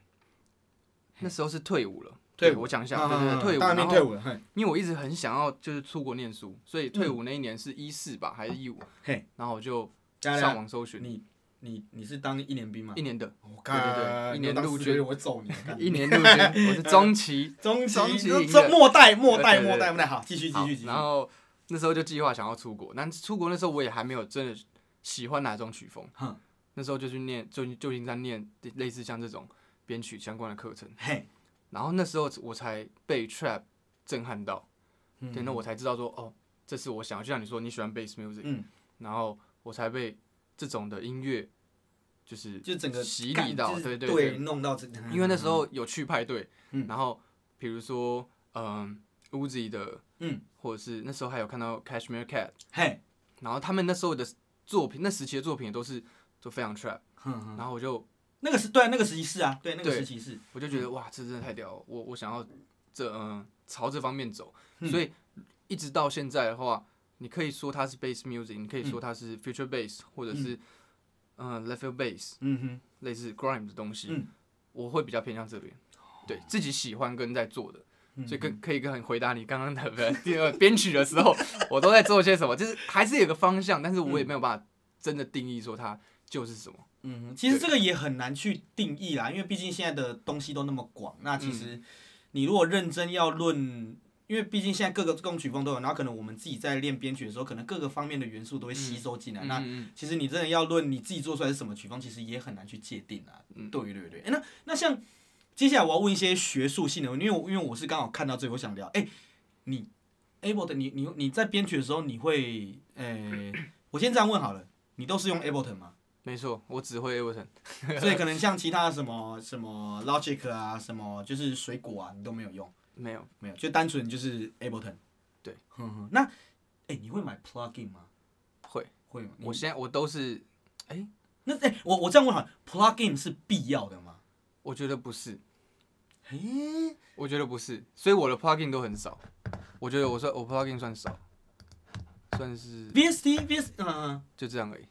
那时候是退伍了。退对伍嗯我讲一下，对对对，退伍。啊当然然退嗯后，伍了，嘿因为我一直很想要就是出国念书，所以退伍那一年是一四吧，还是一五？嘿，然后我就加嗯上上网搜寻你你你是当一年兵吗一？年的我对对对看一年陆军我揍你！干一年陆 军，我是中期。中中期期这营这的末代末代对对对末代末代，好，继续继好续继续。然后那时候就计划想要出国，但出国那时候我也还没有真的喜欢哪种曲风哼。那时候就去念就旧金山念类似像这种编曲相关的课程，嘿，然后那时候我才被 trap 震撼到，嗯对，那我才知道说哦，这是我想要，就像你说你喜欢 bass music，、嗯然后我才被这种的音乐就是就整个洗干礼到，就是对对对，弄到这，因为那时候有去派对，嗯然后比如说嗯 Uzi 的，嗯，或者是那时候还有看到 Cashmere Cat，嘿，然后他们那时候的作品，那时期的作品都是都非常 trap，、哼哼然后我就那个是对啊那个时期是啊，对那个对时期是，我就觉得、哇，这真的太屌了，我我想要这嗯、朝这方面走，嗯所以一直到现在的话，你可以说它是 bass music，你可嗯以说它是 future bass，或者是嗯、呃 left field bass，嗯哼，类似 grime 的东西，嗯哦我会比较偏向这边，对自己喜欢跟在做的，嗯所以跟可以跟回答你刚刚的 呃第二编曲的时 候，我都在做些什么，就是还是有个方向，但是我也没有办法真的定义说它就是什么。嗯哼，其实这个也很难去定义啦，因为毕竟现在的东西都那么广，那其实嗯你如果认真要论。因为毕竟现在各个各种曲风都有，然后可能我们自己在练编曲的时候，可能各个方面的元素都会吸收进来。那嗯其实你真的要论你自己做出来是什么曲风，其实也很难去界定啊。嗯对对对。诶那那像接下来我要问一些学术性的，因为我因为我是刚好看到这个，我想聊。哎、你 Ableton，你你你在编曲的时候，你会呃， 我先这样问好了，你都是用 Ableton 吗？没错，我只会 Ableton，所以可能像其他什么什么 Logic 啊，什么就是水果啊，你都没有用，没有没有，就单纯就是 Ableton。对，哼哼。那哎、诶你会买 Plugin 吗？会，会吗？你我现在我都是，那哎、我我这样问好了，Plugin 是必要的吗？我觉得不是，诶、我觉得不是，所以我的 plugin 都很少，我觉得我算我 plugin 算少，算是 VST VS 嗯、嗯就这样而已。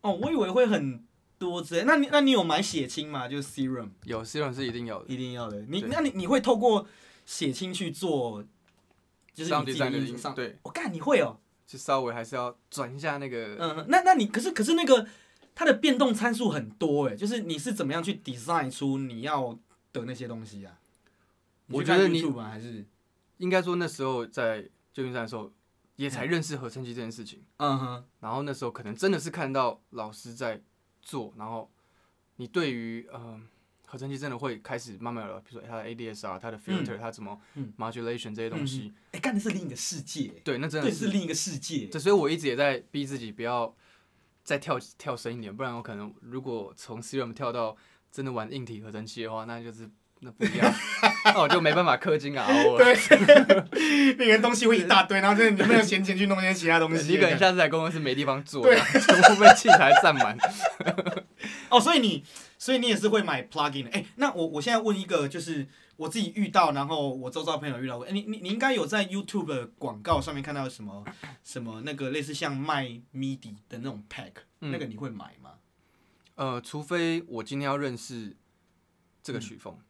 哦，我以为会很多之类。那你那你有买血清吗？就是 serum 有 C 朗是一定呃有的，一定要的。你对那你你会透过血清去做，就是上你自帝己在的那个音音上。对，我干、你会哦，就稍微还是要转一下那个嗯、嗯那那你可是可是那个它的变动欸参数很多哎，就是你是怎么样去 design 出你要的那些东西啊？我觉得去你看 YouTube 吗还是应该说那时候在旧金山的时候，也才认识合成器这件事情。嗯哼，然后那时候可能真的是看到老师在做，然后你对于嗯、呃合成器真的会开始慢慢有了，比如说它的 ADSR、它的啊 filter、它怎么 modulation 这些东西。哎，干的是另一个世界，欸对，那真的对，是是另一个世界。欸对，所以我一直也在逼自己不要再跳跳深一点，不然我可能如果从 serum 跳到真的玩硬体合成器的话，那就是那不一样， 那我就没办法氪金啊，我对， 那个东西会一大堆，然后就是你没有闲钱去弄些其他东西。你可能下次来公司没地方坐， 全部被器材占满。 哦，所以你，所以你也是会买 plugin 的。哎、那我我现在问一个，就是我自己遇到，然后我周遭朋友遇到过，哎、你你你应该有在 YouTube 的广告上面看到什么 什么那个类似像卖 MIDI 的那种 pack，、嗯那个你会买吗？呃，除非我今天要认识这个曲风，嗯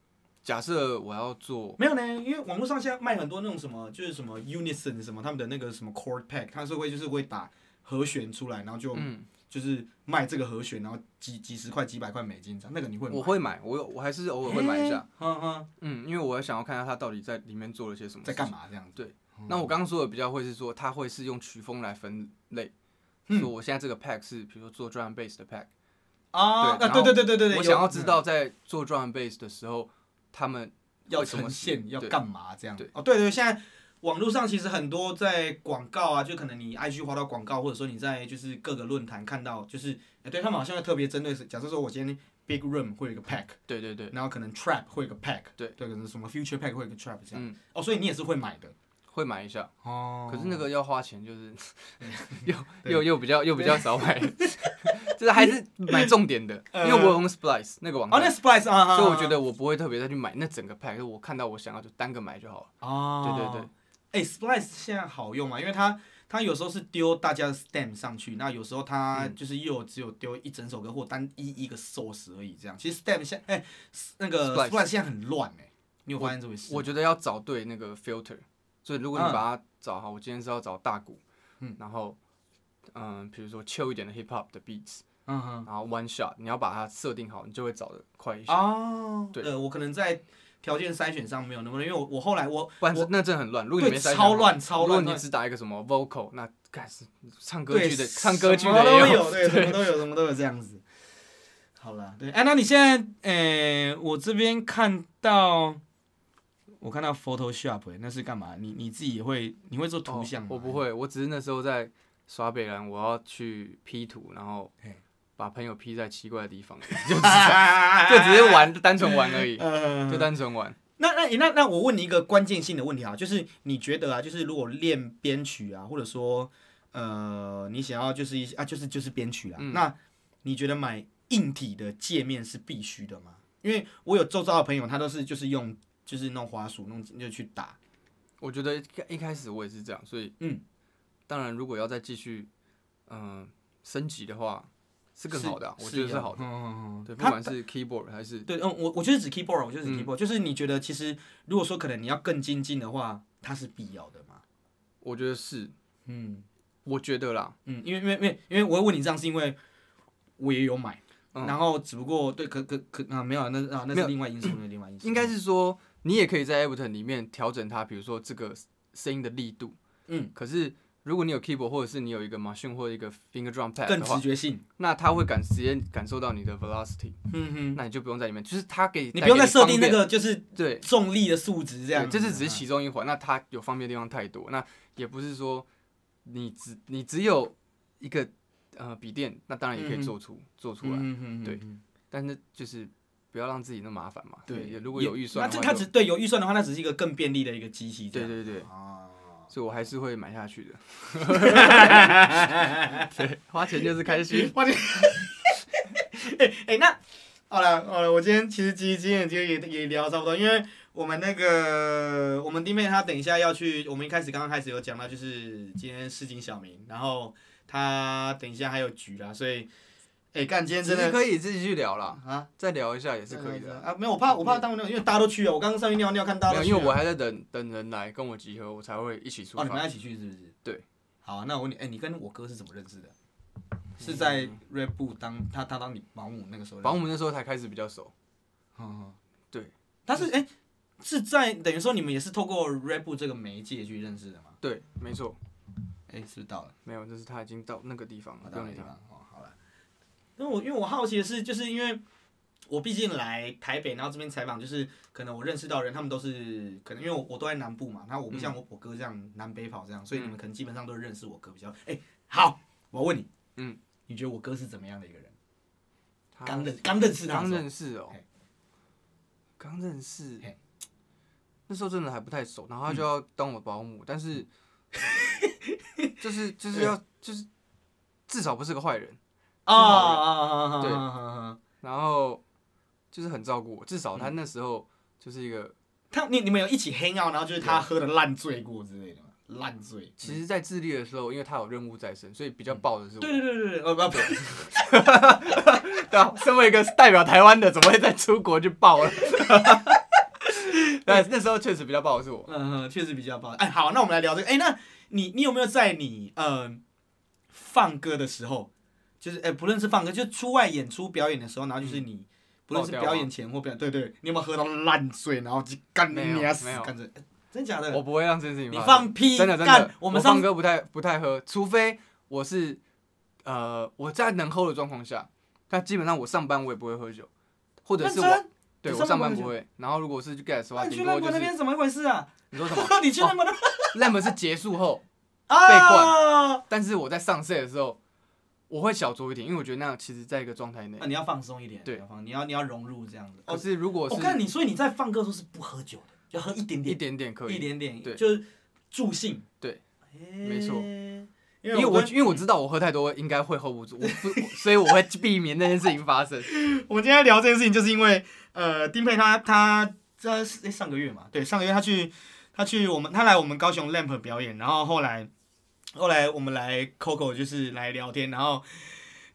假设我要做没有呢，因为网络上现在卖很多那种什么，就是什么 Unison 什么他们的那个什么 chord pack，它是会就是会打和弦出来，然后就、嗯就是卖这个和弦，然后几几十块几百块美金这样，那个你会买？我会买，我有我还是偶尔会买一下，嘿，嗯嗯，嗯，因为我想要看一下他到底在里面做了些什么，在干嘛这样子？哦那我刚刚说的比较会是说，它会是用曲风来分类，嗯说我现在这个 pack 是比如说做 drum and bass 的 pack，啊，对啊然对后对对对对对，有我想要知道在做 drum and bass 的时候，他们要为什么呈是现要对干嘛这样对。哦，对对，现在网络上其实很多在广告啊，就可能你 IG 滑到广告，或者说你在就是各个论坛看到，就是呃对他们好像会特别针对是，假设说我今天 Big Room 会有一个 pack，对对对然后可能 Trap 会有一个 pack，对对，可能什么 Future pack 会有一个 Trap 这样。嗯哦，所以你也是会买的会买一下，哦。嗯可是那个要花钱，就是 又又又比较又比较少买， 就是还是买重点的，因为我有用 Splice 那个网嗯哦，那站， Splice 啊，啊所以我觉得我不会特别再去买那整个 pack，我看到我想要就单个买就好了。对哦，对对。哎、s p l i c e 现在好用嘛？因为它它有时候是丢大家的 stem 上去，那有时候嗯它就是又只有丢一整首歌或单一一个 source 而已，这样。其实 stem 现哎、那个 Splice Splice 现在很乱哎、你有发现这回事？我觉得要找对那个 filter，所以如果你把它找好，我今天是要找大鼓，嗯然后嗯，比如说 chill 一点的 hip hop 的 beats，嗯哼，然后 one shot，你要把它设定好，你就会找的快一些。哦，嗯对呃，我可能在条件筛选上没有那么，因为我我后来哦我不然是那真的很乱，如果你对没筛选超好乱超如果乱你乱，只打一个什么 vocal，那干是唱歌对剧的唱歌剧什么的都也有， 对，什么都有，什么都有这样子。好了，对，哎、那你现在，呃，我这边看到，我看到 Photoshop，、那欸是干嘛？你你自己也会，你会做图像吗？哦我不会，我只是那时候在刷北兰，我要去 P 图，然后嘿把朋友 P 在奇怪的 地方， 就啊，就只是玩，单纯 玩而已，呃，就单纯玩。那那那那我问你一个关键性的问题啊，就是你觉得啊，就是如果练编曲啊，或者说呃，你想要就是一些啊，就是就是编曲啦、嗯那你觉得买硬体的界面是必须的吗？因为我有周遭的朋友，他都是就是用就是弄滑鼠弄就去打，我觉得一开一开始我也是这样，所以嗯，当然如果要再继续嗯、升级的话，是更好的啊、我觉得一是样好的。嗯嗯嗯对，不他管是 keyboard 还是对，嗯，我我就是指 keyboard，我就是嗯指 keyboard，、就是你觉得其实如果说可能你要更精进的话，它是必要的嘛？我觉得是，嗯我觉得啦，嗯，因为因为因为因为我会问你这样是因为我也有买。嗯然后只不过对，可可可啊，没有啊，那啊那没是有另外因素，那是另外因素。应该是说你也可以在 Ableton 里面调整它，比如说这个声音的力度，嗯，可是。如果你有 keyboard，或者是你有一个 machine 或者一个 finger drum pad 更的直话，觉性。那它会感直接感受到你的 velocity，嗯哼，那你就不用在里面，就是它给你不用再带给设定方那便个就是对重力的数值这样。嗯对，这是只是其中一环。那它有方便的地方太多，那也不是说你只你只有一个呃笔电，那当然也可以嗯做出、做出来，嗯哼对。但是就是不要让自己那么麻烦嘛。对也如果有预那算的这话就，它只对有预算的话，那只是一个更便利的一个机器。对对对，啊，所以我还是会买下去 的。对，花钱就是开心。 哎、那好了好了，我今天其实今今天今天也也聊得差不多，因为我们那个我们弟妹她等一下要去，我们一开始刚刚开始有讲到，就是今天市井小民，然后她等一下还有局啦，所以哎干、今天其真实的可以自己去聊啦，啊再聊一下也是可以的啊。啊，没有我怕我怕耽误那个，因为大家都去了，我刚刚上去尿尿看大没家有，都因为我我还在等等人来跟我集合，我才会一起出哦你们发。要一起去是不是？对，嗯好，那我问你，哎、你跟我哥是怎么认识的？是在 Red Bull 当他他当你保姆那个时候认识的？反正我们那时候才开始比较熟。嗯，嗯对。但是哎、是在等于说你们也是透过 rap 这个媒介去认识的吗？对，没错，哎、是不是到了？没有，就是他已经到那个地方了，到了不用地理他。方哦，好了。因为我因为我好奇的是，就是因为我毕竟来台北，然后这边采访，就是可能我认识到的人，他们都是可能因为我我都在南部嘛，然后我不像我、我哥这样南北跑这样，所嗯以你们可能基本上都认识我哥比较。哎、好，我问你，嗯，你觉得我哥是怎么样的一个人？他刚认刚认识他的刚时候，认识哦嘿，刚认识嘿，嗯那时候真的还不太熟，然后他就要当我保姆，但是就是就是要就是至少不是个坏人，啊啊啊啊！嗯对对，然后就是很照顾我，至少他那时候就是嗯一个，他你你们有一起 hang out，然后就是他喝的烂醉过之类的吗？烂醉。其实在智利的时候，因为他有任务在身，所以比较爆的是我。 对对对对对，呃不不，对啊，身为一个代表台湾的，怎么会在出国去爆了？ 但那时候确实比较爆的是我。嗯， 哼确实比较棒。哎，好，那我们来聊这个。哎，那你你有没有在你呃放歌的时候，就是哎，不论是放歌，就是出外演出表演的时候，然后就是你、不论是嗯爆掉吗表演前或表演，对对，你有没有喝到烂醉，然后就干没有你啊死没有干这？哎真假我的？不会让这件事情你发生。放屁！真的真干的，我们上放歌不太不太喝，除非我是呃我在能喝的状况下，但基本上我上班我也不会喝酒，或者认是真，我对你我上上班班不不会会，然后如果是去 get 的那话，你去顶那多就国那是哦边怎么一回事啊？你说什么 你去那国那 lamp 是结束后，啊？但是我在上 set 的时候我会小酌一点，因为我觉得那样其实在一个状态内那。你要放松一点，对你要放，你要你要融入这样子。可哦，是如果我是看你，所以你在放歌的时候是不喝酒的，就喝一点一点，点点可一以，点点，对就是助兴。对哎，没错因因为我跟因为我知道我喝太多应该会 hold 不住，我不我所以我会避免那件事情发生。我们今天聊这件事情，就是因为呃，丁佩他他这是诶上个月嘛，对，上个月他去他去我们他来我们高雄 Lamp 表演，然后后来后来我们来 Coco 就是来聊天，然后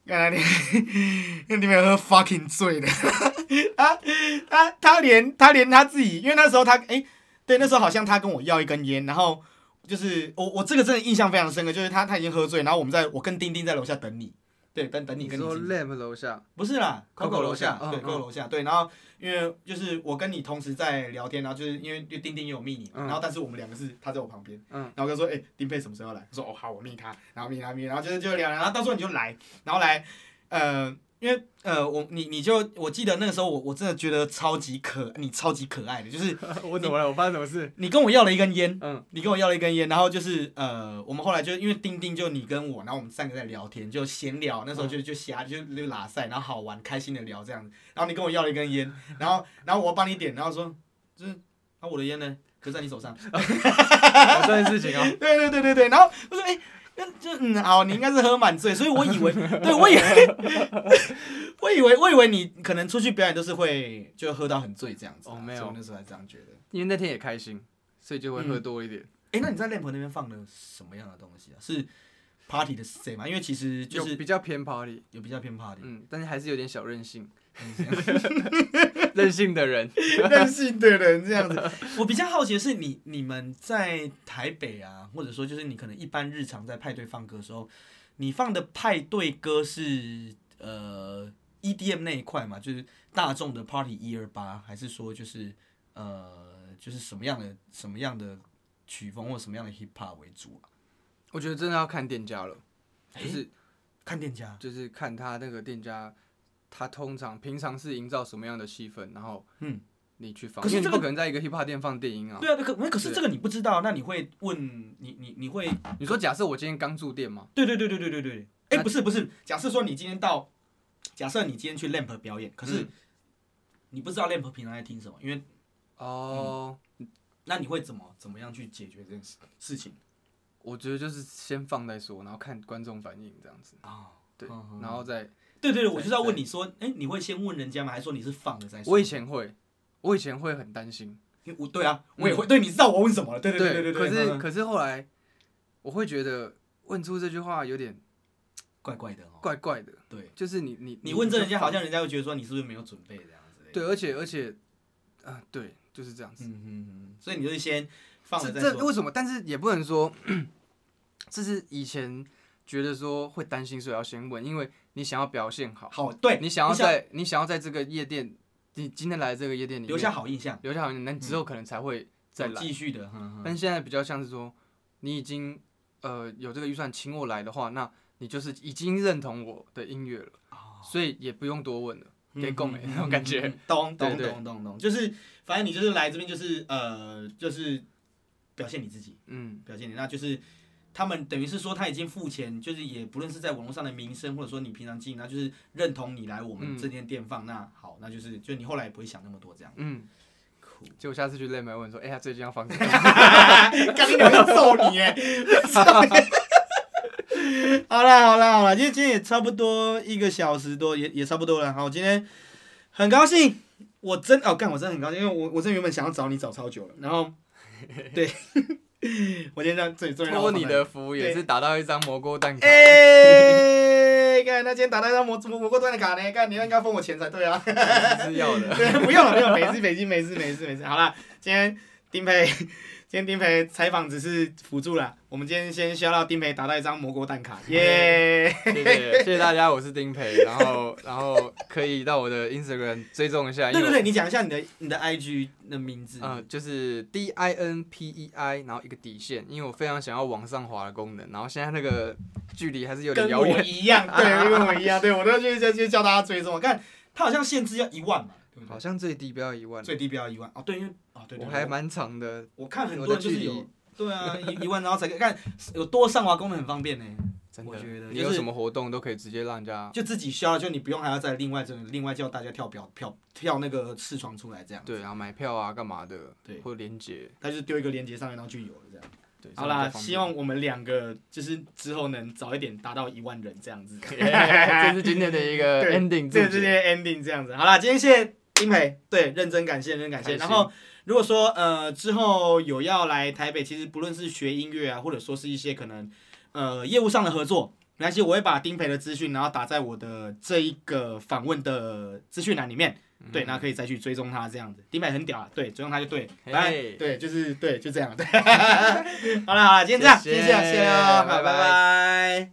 原来 你你们喝 fucking 醉的， 他他他连他连他自己，因为那时候他诶，对，那时候好像他跟我要一根烟，然后。就是我我这个真的印象非常深刻，就是他他已经喝醉，然后我们在我跟丁丁在楼下等你，对，等 等你跟你自己 lamp 楼下，不是啦 Coco ，Coco 楼楼下下，对嗯，Coco 嗯楼下，对。然后因为就是我跟你同时在聊天，然后就是因为就丁丁也有密你嘛，嗯然后但是我们两个是他在我旁边，嗯然后我就说，哎，丁佩什么时候要来？我说哦好，我密他，然后密他密，然后就是就聊，然后到时候你就来，然后来，呃，因为呃我你你就我记得那个时候我我真的觉得超级可你超级可爱的，就是 我怎么了？我发生什么 事？你跟我要了一根烟，嗯，你跟我要了一根烟，然后就是呃，我们后来就因为丁丁就你跟我，然后我们三个在聊天，就闲聊，嗯那时候就就瞎就就拉塞，然后好玩开心的聊这样子。然后你跟我要了一根烟，然后然后我帮你点，然后说就是啊我的烟呢，可是在你手上。有这件事情哦。对对对对对，然后我说哎。那就嗯好，你应该是喝满醉，所以我以为， 对我以为， 我以为我以为你可能出去表演都是会就喝到很醉这样子啊、哦没有所以我那时候还这样觉得。因为那天也开心，所以就会喝多一点。哎、那你在 Lamp 那边放的什么样的东西啊？是 Party 的 C 吗？因为其实就有是比较偏 party，有比较偏 Party，嗯，但是还是有点小任性， 任性的人。 任性的人这样子。 我比较好奇的是你，你们在台北啊，或者说就是你可能一般日常在派对放歌的时候，你放的派对歌是呃 EDM 那一块嘛，就是大众的 Party 一二八，还是说就是呃就是什么样的什么样的曲风或什么样的 Hip Hop 为主啊？我觉得真的要看 店家了，就是看店家，就是看他那个店家，他通常平常是营造什么样的气氛，然后嗯。你去放，可是因为这你个不可能在一个 hip hop 店放电音啊。对啊，可可是对这个你不知道，那你会问你你你会你说假设我今天刚住店嘛，对对对对对对对，哎、那不是不是，假设说你今天到，假设你今天去 Lamp 表演，可嗯是你不知道 Lamp 平常在听什么，因为哦，那你会怎么怎么样去解决这件事事情我觉得就是先放再说，然后看观众反应这样子，啊？对嗯嗯然后再对对对，我在就是要问你说，哎、你会先问人家吗？还是说你是放了再说？我以前会，我以前会很担心，因为我对啊，我也会、对，你知道我问什么了？对对对嗯可对，是嗯嗯可是后来我会觉得问出这句话有点怪怪的哦，怪怪的，对，就是你你你问这人家，好像像人家会觉得说你是不是没有准备这样子？对，而且而且啊、对，就是这样子。嗯嗯嗯，所以你就是先放了这再这说。为什么？但是也不能说，这是以前觉得说会担心，所以要先问，因为你想要表现好，好，对你想要你想在你想要在这个夜店你今天来的这个夜店里面留下嗯好印象，留下好印象，那你之后可能才会再来。继续的，嗯嗯但现在比较像是说，你已经呃有这个预算请我来的话，那你就是已经认同我的音乐了，所以也不用多问了，给供哎那 种感觉。哦嗯懂对懂对懂懂懂，就是反正你就是来这边就是呃就是表现你自己，嗯，表现你，那就是他们等于是说他已经付钱，就是也不论是在网络上的名声，或者说你平常经营，那就是认同你来我嗯们这间店放，那好，那就是就你后来也不会想那么多这样。嗯，酷，结果下次去雷麦问说，哎、他最近要放 什么？赶紧要揍你 哎！好啦好啦好啦，今天今天也差不多一个小时多，也也差不多了。好，今天很高兴，我真哦，干我真的很高兴，因为我我真的原本想要找你找超久了，然 后对，我今天让这里终于让托我你访谈 的福也是打到一张蘑菇 蛋糕。哎，看他今天打那张蘑蘑蘑菇端的卡呢，看你应该分我钱才对啊。是要的。对， 不用了，不用了，没事，没事，没事，没事，没事。好啦，今天丁培， 今天丁培采访只是辅助啦，我们今天先需要让丁培打到一张蘑菇蛋 卡，耶！谢谢谢谢大家，我是丁培，然后然后可以到我的 Instagram 追踪一下，对因为对我对，你讲一下你的你的 IG 的名字。嗯、就是 D I N P E I，然后一个底线，因为我非常想要往上滑的功能，然后现在那个距离还是有跟点遥我远，一 样，对，跟我一样，对我都去去去叫大家追踪。我看他好像限制要一万嘛，对不好对？像最低不要一万，最低标一万哦，对，因为哦对对，我还蛮长的，我看很我多的人就距是有离对啊，一一万然后才可以看有多上滑功能很方便呢、真我的觉得，你就有是什么活动都可以直接让人家，就自己消，就你不用还要再另外这另外叫大家跳表跳跳那个视窗出来这样，对，然后买票啊干嘛的，对或者连接，他就是丢一个链接上面，然后就有了这样。对，好这样啦，比较方便希望我们两个就是之后能早一点达到一万人这 样子， 这是今天的一个对 ending 这注个是今解，天 ending 这样子。好啦，今天谢谢丁培，对，认真感谢，认真感谢。开心然后如果说呃之后有要来台北，其实不论是学音乐啊，或者说是一些可能呃业务上的合作。没关系，我会把丁培的资讯，然后打在我的这一个访问的资讯栏里面。嗯对，那可以再去追踪他这样子。迪麦很屌啊，对，追踪他就对，嘿反正对， 就是对，就这样。对，好了好了，今天这样，谢谢谢谢，谢谢哦，好拜拜拜拜